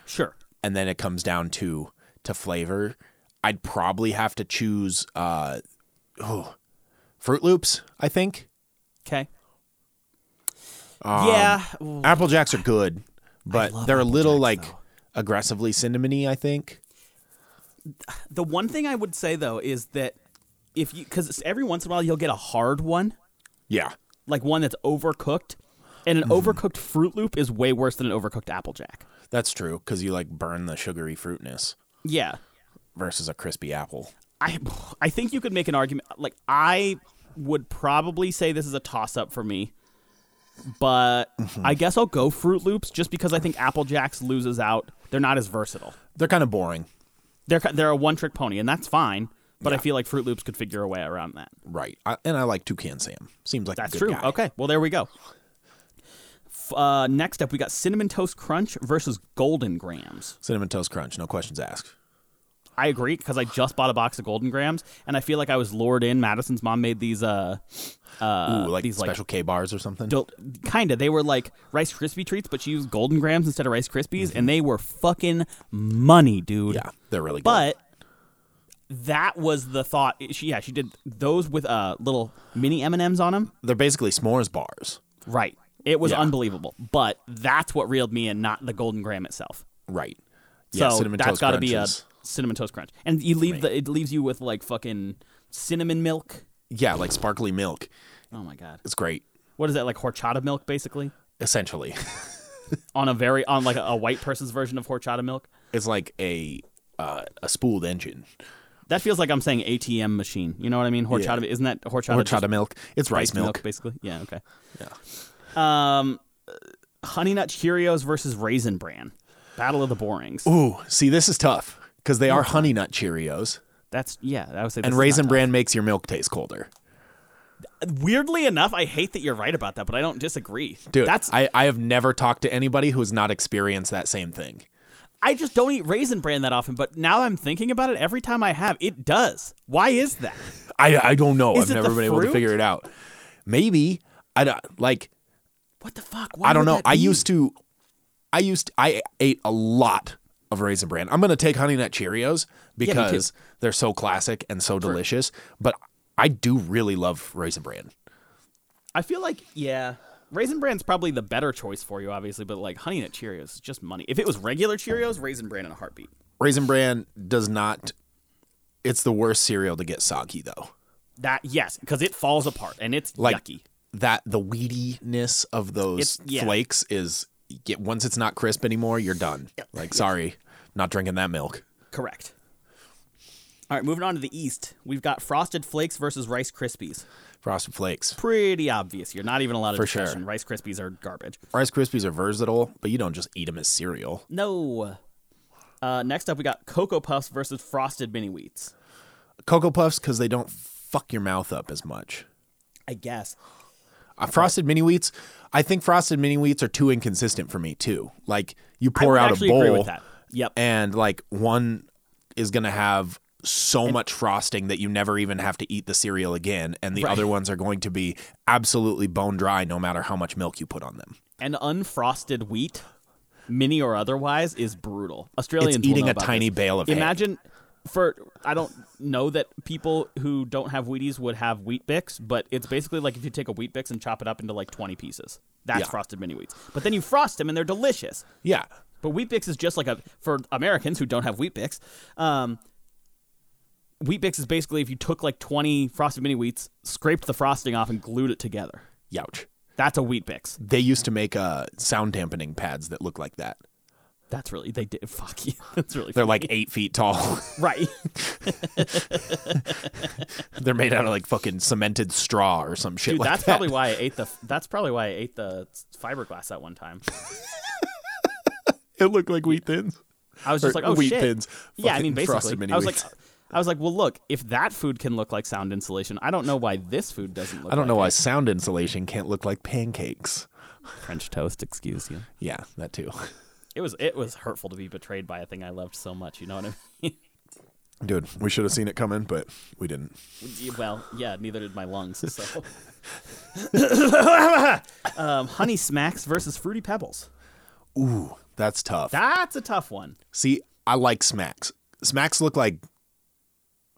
[SPEAKER 4] Sure.
[SPEAKER 3] and then it comes down to to flavor. I'd probably have to choose uh oh, Fruit Loops, I think.
[SPEAKER 4] Okay. yeah. Ooh,
[SPEAKER 3] Apple Jacks are good, but
[SPEAKER 4] Mm. love
[SPEAKER 3] they're a
[SPEAKER 4] Apple
[SPEAKER 3] little
[SPEAKER 4] Jacks,
[SPEAKER 3] like
[SPEAKER 4] though.
[SPEAKER 3] aggressively cinnamony, I think.
[SPEAKER 4] The one thing I would say though is that if you because every once in a while you'll get a hard one,
[SPEAKER 3] Yeah.
[SPEAKER 4] like one that's overcooked, and an
[SPEAKER 3] Mm-hmm.
[SPEAKER 4] overcooked Fruit Loop is way worse than an overcooked Apple Jack.
[SPEAKER 3] That's true cuz you like burn the sugary fruitness
[SPEAKER 4] Yeah.
[SPEAKER 3] versus a crispy apple.
[SPEAKER 4] I <sighs> I think you could make an argument like I would probably say this is a toss up for me. But
[SPEAKER 3] Mm-hmm.
[SPEAKER 4] I guess I'll go Fruit Loops just because I think Apple Jacks loses out. They're not as versatile.
[SPEAKER 3] They're kind of boring.
[SPEAKER 4] They're ki- they're a one trick pony and that's fine, but I feel like Fruit Loops could figure a way around that.
[SPEAKER 3] Right. I, and I like Toucan Sam. Seems like a
[SPEAKER 4] That's
[SPEAKER 3] good
[SPEAKER 4] true.
[SPEAKER 3] guy.
[SPEAKER 4] Okay. Well, there we go. F- uh, next up, we got Cinnamon Toast Crunch versus Golden Grams.
[SPEAKER 3] Cinnamon Toast Crunch, no questions asked.
[SPEAKER 4] I agree because I just bought a box of Golden Grams, and I feel like I was lured in. Madison's mom made these uh, uh
[SPEAKER 3] Ooh, like
[SPEAKER 4] these like
[SPEAKER 3] special K bars or something.
[SPEAKER 4] kind of they were like rice krispie treats but she used golden grams instead of rice krispies and they were fucking money dude
[SPEAKER 3] Mm-hmm. Yeah, they're really good.
[SPEAKER 4] but that was the thought she yeah she did those with uh little mini m&ms on them
[SPEAKER 3] they're basically s'mores bars.
[SPEAKER 4] right it was
[SPEAKER 3] Yeah.
[SPEAKER 4] unbelievable but that's what reeled me in not the golden gram itself
[SPEAKER 3] Right.
[SPEAKER 4] so that's got to be a
[SPEAKER 3] crunches.
[SPEAKER 4] cinnamon toast crunch and you leave the it leaves you with like fucking cinnamon milk
[SPEAKER 3] yeah, like sparkly milk.
[SPEAKER 4] oh my god
[SPEAKER 3] It's great,
[SPEAKER 4] what is that like horchata milk basically
[SPEAKER 3] essentially. <laughs>
[SPEAKER 4] on a very on like a, a white person's version of horchata milk
[SPEAKER 3] it's like a uh, a spooled engine.
[SPEAKER 4] That feels like I'm saying ATM machine. You know what I mean? Horchata. Isn't that horchata?
[SPEAKER 3] Or
[SPEAKER 4] just
[SPEAKER 3] chata milk. It's rice
[SPEAKER 4] based
[SPEAKER 3] milk.
[SPEAKER 4] basically. Yeah. Okay. Yeah. Um, uh, Honey Nut Cheerios versus Raisin Bran. Battle of the Borings.
[SPEAKER 3] Ooh, see, this is tough because they are honey nut Cheerios,
[SPEAKER 4] That's yeah. I would say. this
[SPEAKER 3] and
[SPEAKER 4] is
[SPEAKER 3] raisin
[SPEAKER 4] not-
[SPEAKER 3] bran makes your milk taste colder.
[SPEAKER 4] Weirdly enough, I hate that you're right about that, but I don't disagree.
[SPEAKER 3] Dude,
[SPEAKER 4] that's I,
[SPEAKER 3] I, I have never talked to anybody who has not experienced that same thing.
[SPEAKER 4] just don't eat Raisin Bran that often. But now I'm thinking about it. Every time I have, it does. Why is that?
[SPEAKER 3] I I don't know.
[SPEAKER 4] Is
[SPEAKER 3] I've
[SPEAKER 4] it the
[SPEAKER 3] never been able to
[SPEAKER 4] fruit?
[SPEAKER 3] figure it out. Maybe I don't like.
[SPEAKER 4] What the fuck?
[SPEAKER 3] I don't know. I used to, I used I ate a lot of raisin bran. I'm gonna take Honey Nut Cheerios because they're so classic and so delicious. But I do really love raisin bran.
[SPEAKER 4] I feel like yeah, Raisin Bran's probably the better choice for you, obviously. But like Honey Nut Cheerios, is just money. If it was regular Cheerios, Raisin Bran in a heartbeat.
[SPEAKER 3] Raisin bran does not. It's the worst cereal to get soggy though.
[SPEAKER 4] That yes, because it falls apart and it's
[SPEAKER 3] Like
[SPEAKER 4] yucky.
[SPEAKER 3] that, the weediness of those
[SPEAKER 4] It's- yeah.
[SPEAKER 3] flakes is. Get, once it's not crisp anymore, you're done. Like sorry, not drinking that milk.
[SPEAKER 4] Correct. All right, moving on to the East, we've got Frosted Flakes versus Rice Krispies.
[SPEAKER 3] Frosted Flakes.
[SPEAKER 4] Pretty obvious. You're not even allowed to
[SPEAKER 3] For sure.
[SPEAKER 4] discussion. Rice Krispies are garbage.
[SPEAKER 3] Rice Krispies are versatile, but you don't just eat them as cereal.
[SPEAKER 4] No. Uh, next up, we got Cocoa Puffs versus Frosted Mini Wheats.
[SPEAKER 3] Cocoa Puffs because they don't fuck your mouth up as much.
[SPEAKER 4] I guess.
[SPEAKER 3] Uh, frosted mini wheats, I think frosted mini wheats are too inconsistent for me too. Like you pour
[SPEAKER 4] would
[SPEAKER 3] out a
[SPEAKER 4] actually
[SPEAKER 3] bowl,
[SPEAKER 4] agree with that. Yep.
[SPEAKER 3] and like one is gonna have so much frosting that you never even have to eat the cereal again, and the
[SPEAKER 4] Right.
[SPEAKER 3] other ones are going to be absolutely bone dry no matter how much milk you put on them.
[SPEAKER 4] An unfrosted wheat, mini or otherwise, is brutal. Australians
[SPEAKER 3] It's
[SPEAKER 4] will
[SPEAKER 3] eating
[SPEAKER 4] know
[SPEAKER 3] a
[SPEAKER 4] about
[SPEAKER 3] tiny
[SPEAKER 4] this.
[SPEAKER 3] bale of hay.
[SPEAKER 4] Imagine for I don't know that people who don't have Wheaties would have Wheat Bix, but it's basically like if you take a Wheat Bix and chop it up into like 20 pieces. That's
[SPEAKER 3] Yeah.
[SPEAKER 4] frosted mini wheats. But then you frost them and they're delicious.
[SPEAKER 3] Yeah,
[SPEAKER 4] But Wheat Bix is just like a for Americans who don't have Wheat Bix. Um, Wheat Bix is basically if you took like twenty frosted mini wheats, scraped the frosting off, and glued it together.
[SPEAKER 3] youch.
[SPEAKER 4] That's a Wheat Bix.
[SPEAKER 3] They used to make uh, sound dampening pads that look like that.
[SPEAKER 4] That's really they did. <laughs> Fuck you. That's really
[SPEAKER 3] They're
[SPEAKER 4] funny.
[SPEAKER 3] like eight feet tall. <laughs>
[SPEAKER 4] right.
[SPEAKER 3] They're made out of like fucking cemented straw or some shit
[SPEAKER 4] Dude,
[SPEAKER 3] like
[SPEAKER 4] that's
[SPEAKER 3] that.
[SPEAKER 4] probably why I ate the. That's probably why I ate the fiberglass that one time.
[SPEAKER 3] it looked like wheat thins.
[SPEAKER 4] I was just
[SPEAKER 3] Or
[SPEAKER 4] like, oh
[SPEAKER 3] wheat
[SPEAKER 4] shit.
[SPEAKER 3] thins.
[SPEAKER 4] Yeah, I mean,
[SPEAKER 3] Fucking frosted
[SPEAKER 4] basically,
[SPEAKER 3] mini
[SPEAKER 4] I was like,
[SPEAKER 3] wheats.
[SPEAKER 4] I was like, well, look, if that food can look like sound insulation, I don't know why this food doesn't look.
[SPEAKER 3] I don't know
[SPEAKER 4] like
[SPEAKER 3] why sound insulation can't look like pancakes.
[SPEAKER 4] French toast. Excuse you.
[SPEAKER 3] Yeah, that too. <laughs>
[SPEAKER 4] It was it was hurtful to be betrayed by a thing I loved so much. You know what I mean? <laughs>
[SPEAKER 3] Dude, we should have seen it coming, but we didn't.
[SPEAKER 4] well, yeah. Neither did my lungs.
[SPEAKER 3] <laughs>
[SPEAKER 4] So, um, honey smacks versus fruity pebbles.
[SPEAKER 3] Ooh, that's tough.
[SPEAKER 4] That's a tough one.
[SPEAKER 3] See, I like smacks. Smacks look like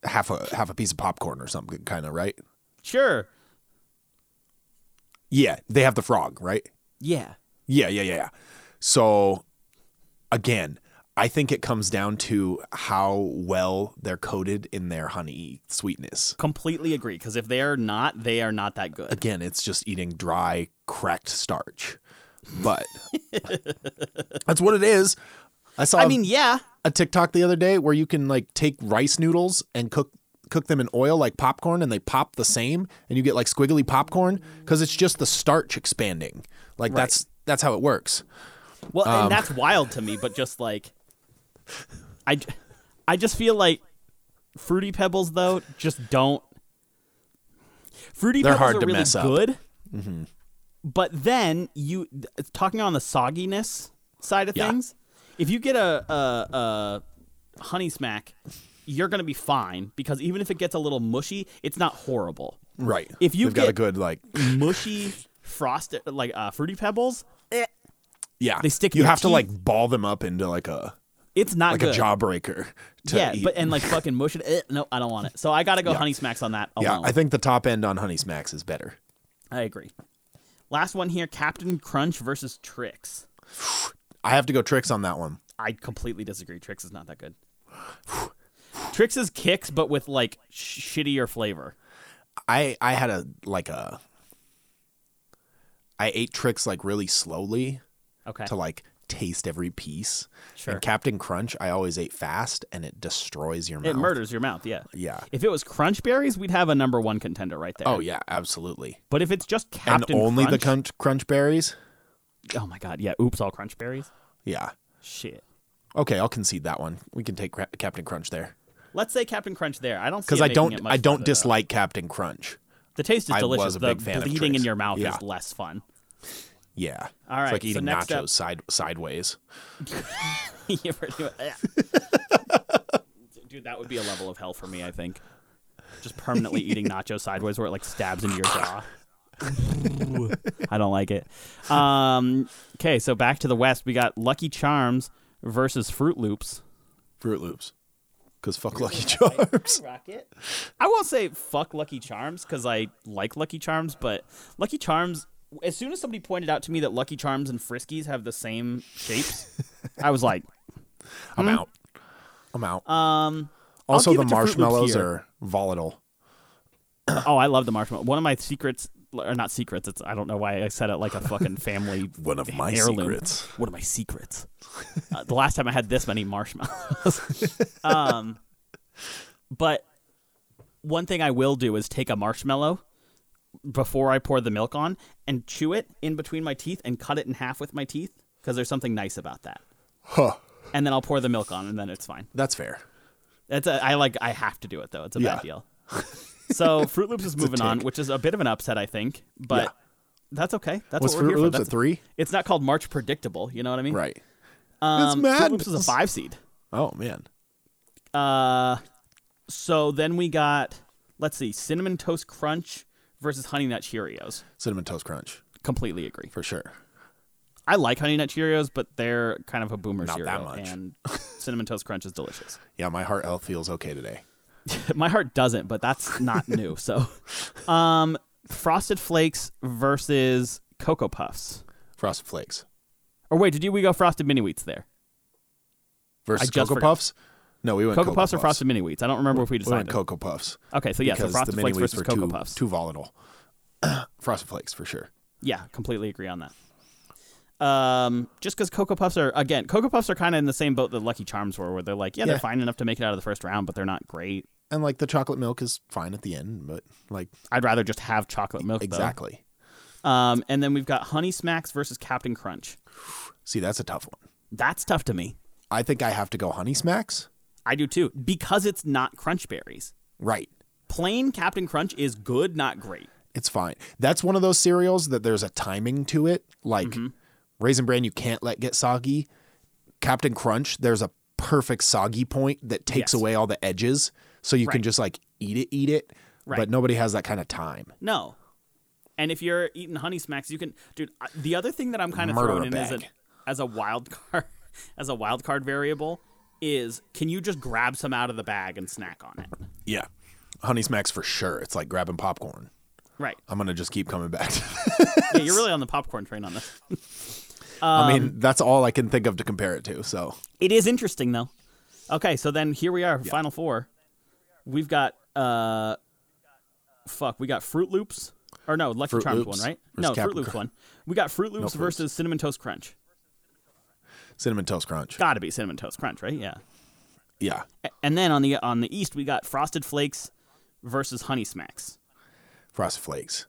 [SPEAKER 3] half a half a piece of popcorn or something kind of, right?
[SPEAKER 4] Sure.
[SPEAKER 3] Yeah, they have the frog, right?
[SPEAKER 4] Yeah.
[SPEAKER 3] Yeah, yeah, yeah. yeah. So again, I think it comes down to how well they're coated in their honey sweetness.
[SPEAKER 4] Completely agree. Because if they are not, they are not that good.
[SPEAKER 3] Again, it's just eating dry, cracked starch.
[SPEAKER 4] <laughs>
[SPEAKER 3] But that's what it is. I saw
[SPEAKER 4] I mean, yeah.
[SPEAKER 3] a TikTok the other day where you can like take rice noodles and cook cook them in oil like popcorn and they pop the same and you get like squiggly popcorn because it's just the starch expanding. Like that's that's how it works.
[SPEAKER 4] Well,
[SPEAKER 3] um,
[SPEAKER 4] and that's wild to me. But just like, I, j- I just feel like fruity pebbles though just don't. Fruity
[SPEAKER 3] They're
[SPEAKER 4] pebbles
[SPEAKER 3] hard
[SPEAKER 4] are
[SPEAKER 3] to
[SPEAKER 4] really
[SPEAKER 3] mess up. Mm-hmm.
[SPEAKER 4] good. But then you th- talking on the sogginess side of
[SPEAKER 3] Yeah.
[SPEAKER 4] things. If you get a, a, a honey smack, you're gonna be fine because even if it gets a little mushy, it's not horrible.
[SPEAKER 3] Right.
[SPEAKER 4] If you
[SPEAKER 3] They've got a
[SPEAKER 4] get-
[SPEAKER 3] good like
[SPEAKER 4] Mushy frosted like uh, fruity pebbles,
[SPEAKER 3] yeah,
[SPEAKER 4] they stick in
[SPEAKER 3] You
[SPEAKER 4] your
[SPEAKER 3] have to
[SPEAKER 4] teeth.
[SPEAKER 3] like ball them up into like a
[SPEAKER 4] it's not
[SPEAKER 3] like
[SPEAKER 4] good.
[SPEAKER 3] a jawbreaker. To
[SPEAKER 4] yeah,
[SPEAKER 3] eat.
[SPEAKER 4] but uh, and like fucking mush it. Eh, no, I don't want it. So I gotta go honey smacks on that
[SPEAKER 3] yeah,
[SPEAKER 4] alone.
[SPEAKER 3] I think the top end on Honey Smacks is better.
[SPEAKER 4] I agree. Last one here: Captain Crunch versus Trix.
[SPEAKER 3] I have to go tricks on that one.
[SPEAKER 4] I completely disagree. Trix is not that good. Trix is kicks, but with like sh- shittier flavor.
[SPEAKER 3] I I had a like a I ate tricks like really slowly.
[SPEAKER 4] Okay.
[SPEAKER 3] to like taste every piece.
[SPEAKER 4] Sure.
[SPEAKER 3] And Captain Crunch, I always ate fast, and it destroys your mouth.
[SPEAKER 4] it murders your mouth. Yeah.
[SPEAKER 3] Yeah.
[SPEAKER 4] If it was Crunch Berries, we'd have a number one contender right there.
[SPEAKER 3] Oh yeah, absolutely.
[SPEAKER 4] But if it's just Captain
[SPEAKER 3] and only the
[SPEAKER 4] Crunch,
[SPEAKER 3] crunch, crunch berries.
[SPEAKER 4] oh my god, yeah. Oops, all Crunch Berries.
[SPEAKER 3] Yeah.
[SPEAKER 4] Shit.
[SPEAKER 3] Okay, I'll concede that one. We can take Cra- Captain Crunch there
[SPEAKER 4] Let's say Captain Crunch there. I don't
[SPEAKER 3] because
[SPEAKER 4] because
[SPEAKER 3] I don't I
[SPEAKER 4] dislike.
[SPEAKER 3] don't dislike Captain Crunch.
[SPEAKER 4] The taste is
[SPEAKER 3] I
[SPEAKER 4] delicious.
[SPEAKER 3] was a
[SPEAKER 4] the
[SPEAKER 3] big fan of
[SPEAKER 4] bleeding in
[SPEAKER 3] Trix.
[SPEAKER 4] your mouth
[SPEAKER 3] Yeah.
[SPEAKER 4] is less
[SPEAKER 3] <laughs>
[SPEAKER 4] fun. <laughs>
[SPEAKER 3] Yeah.
[SPEAKER 4] All
[SPEAKER 3] It's
[SPEAKER 4] right,
[SPEAKER 3] like
[SPEAKER 4] so
[SPEAKER 3] eating
[SPEAKER 4] next
[SPEAKER 3] nachos
[SPEAKER 4] up-
[SPEAKER 3] side sideways.
[SPEAKER 4] You pretty much- yeah. Dude, that would be a
[SPEAKER 3] <laughs>
[SPEAKER 4] level of hell for me. I think just permanently eating nacho sideways, where it like stabs into your jaw. I don't like it. Um, okay, so back to the West. We got Lucky Charms versus Fruit Loops.
[SPEAKER 3] Fruit Loops. Because fuck Lucky Charms.
[SPEAKER 4] Rocket. I won't say fuck Lucky Charms because I like Lucky Charms, but Lucky Charms. As soon as somebody pointed out to me that Lucky Charms and Friskies have the same shapes, I was like,
[SPEAKER 3] I'm out. I'm out.
[SPEAKER 4] Hmm? um, I'll
[SPEAKER 3] also,
[SPEAKER 4] give
[SPEAKER 3] the
[SPEAKER 4] it to Froot Loops
[SPEAKER 3] marshmallows
[SPEAKER 4] here.
[SPEAKER 3] are volatile.
[SPEAKER 4] oh, I love the marshmallow. One of my secrets, or not secrets. It's I don't know why I said it like a fucking family.
[SPEAKER 3] <laughs> One of my
[SPEAKER 4] heirloom.
[SPEAKER 3] secrets.
[SPEAKER 4] One of my secrets. Uh, the last time I had this many marshmallows.
[SPEAKER 3] <laughs>
[SPEAKER 4] um, but one thing I will do is take a marshmallow before I pour the milk on and chew it in between my teeth and cut it in half with my teeth because there's something nice about that.
[SPEAKER 3] Huh.
[SPEAKER 4] And then I'll pour the milk on and then it's fine.
[SPEAKER 3] That's fair.
[SPEAKER 4] That's a, I like. I have to do it though. It's a
[SPEAKER 3] Yeah.
[SPEAKER 4] bad deal.
[SPEAKER 3] <laughs>
[SPEAKER 4] So Fruit Loops is moving on,
[SPEAKER 3] tick.
[SPEAKER 4] which is a bit of an upset, I think, but
[SPEAKER 3] Yeah.
[SPEAKER 4] that's okay. That's
[SPEAKER 3] What's
[SPEAKER 4] what we're
[SPEAKER 3] Fruit
[SPEAKER 4] here
[SPEAKER 3] Loops
[SPEAKER 4] for.
[SPEAKER 3] at
[SPEAKER 4] That's-
[SPEAKER 3] three?
[SPEAKER 4] It's not called March Predictable. You know what I mean?
[SPEAKER 3] Right.
[SPEAKER 4] Um, Fruit Loops is a
[SPEAKER 3] madness.
[SPEAKER 4] five seed.
[SPEAKER 3] Oh, man.
[SPEAKER 4] Uh, so then we got let's see, Cinnamon Toast Crunch versus Honey Nut Cheerios.
[SPEAKER 3] Cinnamon Toast Crunch,
[SPEAKER 4] Completely agree.
[SPEAKER 3] for sure.
[SPEAKER 4] I like Honey Nut Cheerios, but they're kind of a boomer
[SPEAKER 3] Not that
[SPEAKER 4] cereal,
[SPEAKER 3] much. <laughs>
[SPEAKER 4] and Cinnamon Toast Crunch is delicious.
[SPEAKER 3] Yeah, my heart health feels okay today.
[SPEAKER 4] <laughs> My heart doesn't, but that's not new. So, um, Frosted Flakes versus Cocoa Puffs.
[SPEAKER 3] Frosted Flakes
[SPEAKER 4] Or wait, did you we go Frosted Mini Wheats there?
[SPEAKER 3] versus
[SPEAKER 4] just
[SPEAKER 3] Cocoa
[SPEAKER 4] forgot.
[SPEAKER 3] Puffs. No, we went
[SPEAKER 4] Cocoa, Puffs, or Frosted Mini Wheats? I don't remember if we
[SPEAKER 3] We went
[SPEAKER 4] decided.
[SPEAKER 3] Cocoa Puffs.
[SPEAKER 4] okay, so yeah, so
[SPEAKER 3] because
[SPEAKER 4] Frosted
[SPEAKER 3] the
[SPEAKER 4] Flakes
[SPEAKER 3] mini wheats
[SPEAKER 4] versus
[SPEAKER 3] were
[SPEAKER 4] Cocoa
[SPEAKER 3] too,
[SPEAKER 4] Puffs.
[SPEAKER 3] Too volatile. <clears throat> Frosted Flakes for sure.
[SPEAKER 4] Yeah, completely agree on that. Um, just because Cocoa Puffs are again, Cocoa Puffs are kind of in the same boat that Lucky Charms were, where they're like, yeah, they're
[SPEAKER 3] Yeah.
[SPEAKER 4] fine enough to make it out of the first round, but they're not great.
[SPEAKER 3] And like the chocolate milk is fine at the end, but like
[SPEAKER 4] I'd rather just have chocolate milk. though.
[SPEAKER 3] exactly.
[SPEAKER 4] Um, and then we've got Honey Smacks versus Captain Crunch.
[SPEAKER 3] See, that's a tough one.
[SPEAKER 4] That's tough to me.
[SPEAKER 3] I think I have to go Honey Smacks.
[SPEAKER 4] I do too because it's not Crunch Berries.
[SPEAKER 3] Right.
[SPEAKER 4] Plain Captain Crunch is good, not great.
[SPEAKER 3] It's fine. That's one of those cereals that there's a timing to it. Like
[SPEAKER 4] Mm-hmm.
[SPEAKER 3] Raisin Bran, you can't let get soggy. Captain Crunch, there's a perfect soggy point that takes
[SPEAKER 4] Yes.
[SPEAKER 3] away all the edges, so you can
[SPEAKER 4] Right.
[SPEAKER 3] just like eat it, eat it.
[SPEAKER 4] Right.
[SPEAKER 3] But nobody has that kind of time.
[SPEAKER 4] No. And if you're eating honey smacks, you can, dude. I- The other thing that I'm kind of
[SPEAKER 3] Murder
[SPEAKER 4] throwing
[SPEAKER 3] a
[SPEAKER 4] in as a,
[SPEAKER 3] bag.
[SPEAKER 4] as a wild card, <laughs> as a wild card variable, is can you just grab some out of the bag and snack on it?
[SPEAKER 3] Yeah. Honey Smacks for sure. It's like grabbing popcorn.
[SPEAKER 4] Right.
[SPEAKER 3] I'm gonna just keep coming back. <laughs> to
[SPEAKER 4] Yeah, you're really on the popcorn train on this. Um,
[SPEAKER 3] I mean, that's all I can think of to compare it to. So
[SPEAKER 4] It is interesting though. Okay, so then here we are, final four. We've got uh, fuck, we got Fruit Loops, or no, Lucky
[SPEAKER 3] Fruit
[SPEAKER 4] Charms
[SPEAKER 3] Loops
[SPEAKER 4] one, right?
[SPEAKER 3] versus
[SPEAKER 4] No,
[SPEAKER 3] Cap'n
[SPEAKER 4] Fruit Loops one.
[SPEAKER 3] Crunch.
[SPEAKER 4] We got Fruit Loops
[SPEAKER 3] Fruits.
[SPEAKER 4] versus Cinnamon Toast Crunch.
[SPEAKER 3] cinnamon toast crunch.
[SPEAKER 4] Got to be Cinnamon Toast Crunch, right? Yeah.
[SPEAKER 3] Yeah,
[SPEAKER 4] And then on the on the east, we got Frosted Flakes versus Honey Smacks.
[SPEAKER 3] frosted flakes.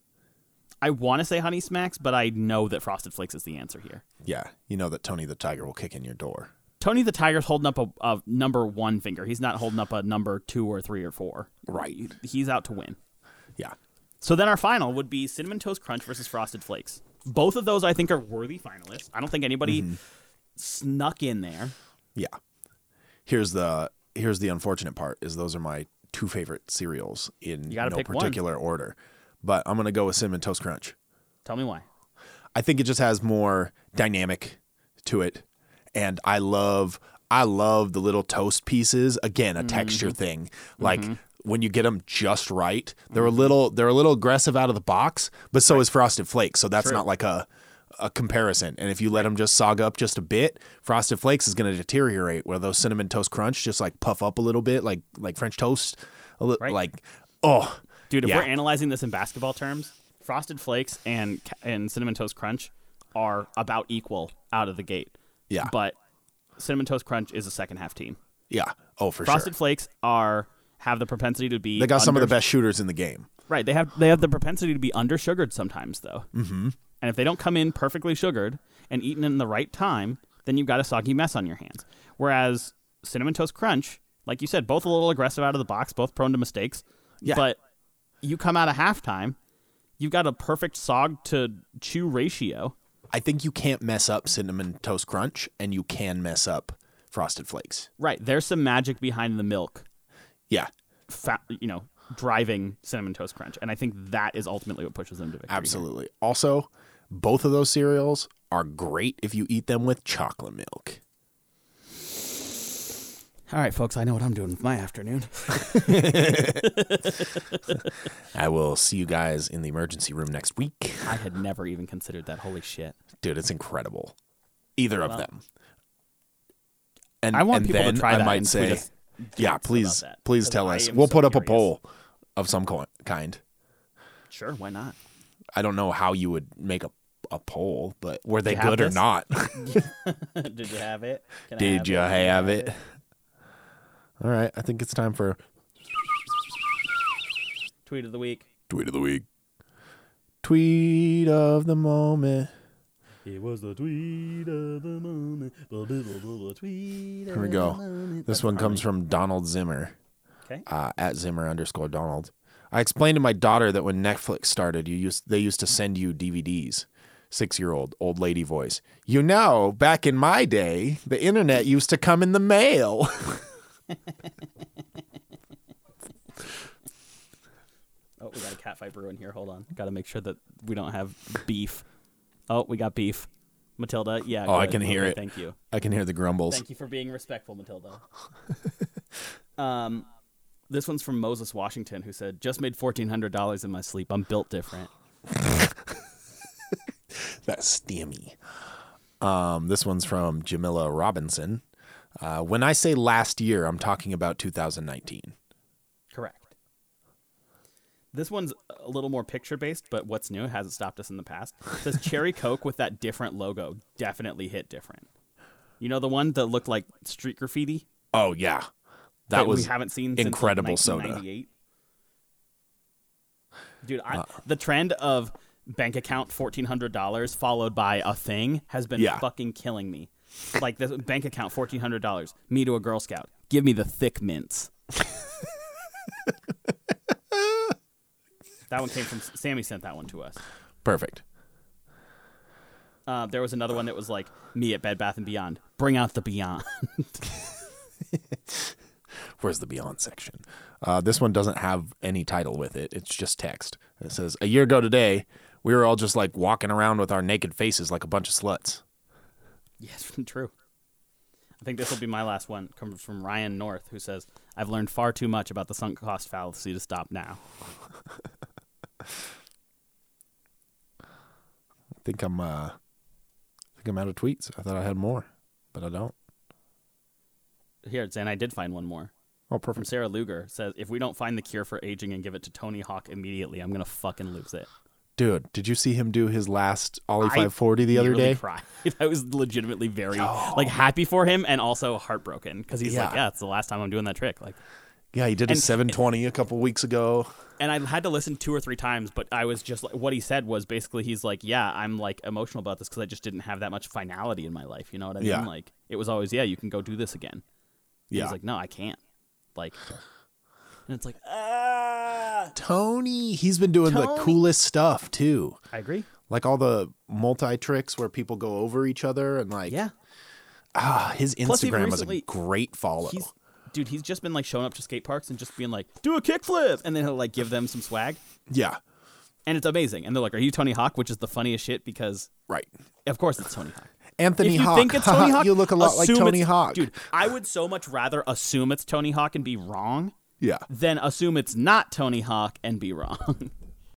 [SPEAKER 4] I want to say Honey Smacks, but I know that Frosted Flakes is the answer here.
[SPEAKER 3] Yeah, you know that Tony the Tiger will kick in your door.
[SPEAKER 4] Tony the Tiger's holding up a, a number one finger. He's not holding up a number two or three or four.
[SPEAKER 3] Right.
[SPEAKER 4] He's out to win.
[SPEAKER 3] Yeah,
[SPEAKER 4] So then our final would be Cinnamon Toast Crunch versus Frosted Flakes. Both of those I think are worthy finalists. I don't think anybody
[SPEAKER 3] Mm-hmm.
[SPEAKER 4] snuck in there.
[SPEAKER 3] yeah. Here's the here's the unfortunate part is those are my two favorite cereals in
[SPEAKER 4] gotta
[SPEAKER 3] no
[SPEAKER 4] pick one.
[SPEAKER 3] particular order, but I'm gonna go with cinnamon toast crunch.
[SPEAKER 4] Tell me why.
[SPEAKER 3] I think it just has more dynamic to it. And I love I love the little toast pieces. Again, a
[SPEAKER 4] Mm-hmm.
[SPEAKER 3] texture thing. Like when you get them just right, they're a little they're a little aggressive out of the box, but so is Frosted Flakes. So that's not like a a comparison. And if you let them just sog up just a bit, Frosted Flakes is going to deteriorate. Where those cinnamon toast crunch just like puff up a little bit, like like French toast, a li-
[SPEAKER 4] Right.
[SPEAKER 3] like oh
[SPEAKER 4] Dude, if
[SPEAKER 3] Yeah.
[SPEAKER 4] we're analyzing this in basketball terms, Frosted Flakes and ca- and Cinnamon Toast Crunch are about equal out of the gate.
[SPEAKER 3] Yeah.
[SPEAKER 4] But Cinnamon Toast Crunch is a second half team.
[SPEAKER 3] yeah oh for
[SPEAKER 4] Frosted
[SPEAKER 3] sure.
[SPEAKER 4] Flakes are have the propensity to be
[SPEAKER 3] They got some of the
[SPEAKER 4] under-
[SPEAKER 3] best shooters in the game.
[SPEAKER 4] Right. They have they have the propensity to be undersugared sometimes though. Mm-hmm. And if they don't come in perfectly sugared and eaten in the right time, then you've got a soggy mess on your hands. Whereas cinnamon toast crunch, like you said, both a little aggressive out of the box, both prone to mistakes.
[SPEAKER 3] Yeah.
[SPEAKER 4] But you come out of halftime, you've got a perfect sog to chew ratio.
[SPEAKER 3] I think you can't mess up cinnamon toast crunch, and you can mess up frosted flakes.
[SPEAKER 4] Right. There's some magic behind the milk.
[SPEAKER 3] Yeah,
[SPEAKER 4] Fa- you know, driving cinnamon toast crunch, and I think that is ultimately what pushes them to victory. here.
[SPEAKER 3] Absolutely. Also, both of those cereals are great if you eat them with chocolate milk.
[SPEAKER 4] All right, folks, I know what I'm doing with my afternoon. <laughs>
[SPEAKER 3] I will see you guys in the emergency room next week.
[SPEAKER 4] I had never even considered that. Holy shit!
[SPEAKER 3] Dude, it's incredible. Either of them. And
[SPEAKER 4] I want
[SPEAKER 3] and
[SPEAKER 4] people to
[SPEAKER 3] then
[SPEAKER 4] try
[SPEAKER 3] I
[SPEAKER 4] that
[SPEAKER 3] might
[SPEAKER 4] and tweet
[SPEAKER 3] say,
[SPEAKER 4] us
[SPEAKER 3] yeah,
[SPEAKER 4] about
[SPEAKER 3] please,
[SPEAKER 4] that,
[SPEAKER 3] please
[SPEAKER 4] 'cause
[SPEAKER 3] tell
[SPEAKER 4] I
[SPEAKER 3] us.
[SPEAKER 4] am
[SPEAKER 3] We'll
[SPEAKER 4] so
[SPEAKER 3] put up a
[SPEAKER 4] curious.
[SPEAKER 3] poll of some co- kind.
[SPEAKER 4] Sure, why not?
[SPEAKER 3] I don't know how you would make a, a poll, but were they
[SPEAKER 4] you have
[SPEAKER 3] good or
[SPEAKER 4] this? <laughs>
[SPEAKER 3] not?
[SPEAKER 4] <laughs> Did you have it? <laughs> Can I
[SPEAKER 3] Did
[SPEAKER 4] have
[SPEAKER 3] you
[SPEAKER 4] it?
[SPEAKER 3] have it? All right, I think it's time for
[SPEAKER 4] Tweet of the week.
[SPEAKER 3] tweet of the week. Tweet of the moment.
[SPEAKER 2] It was the tweet of the moment. Blah, blah, blah, blah, blah, tweet
[SPEAKER 3] Here we go. This one comes from Donald Zimmer.
[SPEAKER 4] Okay.
[SPEAKER 3] Uh, at Zimmer underscore Donald. I explained to my daughter that when Netflix started, you used they used to send you DVDs. Six year old old lady voice. You know, back in my day, the internet used to come in the mail. <laughs>
[SPEAKER 4] Oh, we got a cat fight brewing here. Hold on. Got to make sure that we don't have beef. Oh, we got beef. Matilda, yeah.
[SPEAKER 3] Oh, I
[SPEAKER 4] good.
[SPEAKER 3] can hear
[SPEAKER 4] Okay,
[SPEAKER 3] it.
[SPEAKER 4] <laughs> Thank you.
[SPEAKER 3] I can hear the grumbles.
[SPEAKER 4] Thank you for being respectful, Matilda. <laughs> um, this one's from Moses Washington, who said, "Just made fourteen hundred dollars in my sleep. I'm built different."
[SPEAKER 3] That's steamy. Um, this one's from Jamila Robinson. Uh, when I say last year, I'm talking about 2019.
[SPEAKER 4] Correct. This one's a little more picture based, but what's new hasn't stopped us in the past. It says Cherry Coke with that different logo definitely hit different. You know the one that looked like street graffiti
[SPEAKER 3] Oh yeah, that,
[SPEAKER 4] that
[SPEAKER 3] was
[SPEAKER 4] we haven't seen
[SPEAKER 3] incredible
[SPEAKER 4] since like
[SPEAKER 3] soda.
[SPEAKER 4] 1998? Dude, I, the trend of bank account fourteen hundred dollars followed by a thing has been
[SPEAKER 3] Yeah.
[SPEAKER 4] fucking killing me. Like this bank account fourteen hundred dollars, me to a Girl Scout, give me the thick mints. that one came from Sammy. Sent that one to us.
[SPEAKER 3] perfect.
[SPEAKER 4] Uh, there was another one that was like me at Bed Bath and Beyond. Bring out the Beyond.
[SPEAKER 3] Where's the Beyond section? Uh, this one doesn't have any title with it. It's just text. It says, "A year ago today, we were all just like walking around with our naked faces like a bunch of sluts."
[SPEAKER 4] Yes, <laughs> true. I think this will be my last one. Comes from Ryan North, who says, "I've learned far too much about the sunk cost fallacy to stop now."
[SPEAKER 3] I think I'm, uh, I think I'm out of tweets. I thought I had more, but I don't.
[SPEAKER 4] Here, Zan, I did find one more
[SPEAKER 3] Oh,
[SPEAKER 4] from
[SPEAKER 3] perfect.
[SPEAKER 4] Sarah Luger. Says, "If we don't find the cure for aging and give it to Tony Hawk immediately, I'm gonna fucking lose it."
[SPEAKER 3] Dude, did you see him do his last Ollie
[SPEAKER 4] I
[SPEAKER 3] 540 the other
[SPEAKER 4] Nearly
[SPEAKER 3] day?
[SPEAKER 4] cried. <laughs> I was legitimately very like happy for him and also heartbroken because he's like,
[SPEAKER 3] Yeah.
[SPEAKER 4] "Yeah, it's the last time I'm doing that trick." Like,
[SPEAKER 3] Yeah, he did a
[SPEAKER 4] And-
[SPEAKER 3] 720 a couple weeks ago.
[SPEAKER 4] and I had to listen two or three times, but I was just like, what he said was basically he's like, yeah, I'm like emotional about this because I just didn't have that much finality in my life. You know what I mean?
[SPEAKER 3] Yeah.
[SPEAKER 4] Like it was always, yeah, you can go do this again. He's
[SPEAKER 3] Yeah.
[SPEAKER 4] like, no, I can't. Like, and it's like, ah.
[SPEAKER 3] Tony, he's been doing the
[SPEAKER 4] Tony.
[SPEAKER 3] coolest stuff too.
[SPEAKER 4] I agree.
[SPEAKER 3] Like all the multi tricks where people go over each other and like
[SPEAKER 4] Yeah,
[SPEAKER 3] ah, his
[SPEAKER 4] Plus, even
[SPEAKER 3] Instagram was a
[SPEAKER 4] recently,
[SPEAKER 3] great follow.
[SPEAKER 4] he's dude. He's just been like showing up to skate parks and just being like, do a kickflip, and then he'll like give them some swag,
[SPEAKER 3] Yeah.
[SPEAKER 4] and it's amazing. And they're like, are you Tony Hawk? Which is the funniest shit because,
[SPEAKER 3] Right.
[SPEAKER 4] of course, it's Tony Hawk.
[SPEAKER 3] Anthony
[SPEAKER 4] if you
[SPEAKER 3] Hawk.
[SPEAKER 4] think it's
[SPEAKER 3] <laughs>
[SPEAKER 4] Tony Hawk,
[SPEAKER 3] you look a lot like
[SPEAKER 4] assume
[SPEAKER 3] Tony
[SPEAKER 4] it's-
[SPEAKER 3] Hawk.
[SPEAKER 4] dude. I would so much rather assume it's Tony Hawk and be wrong
[SPEAKER 3] Yeah.
[SPEAKER 4] than assume it's not Tony Hawk and be wrong. <laughs>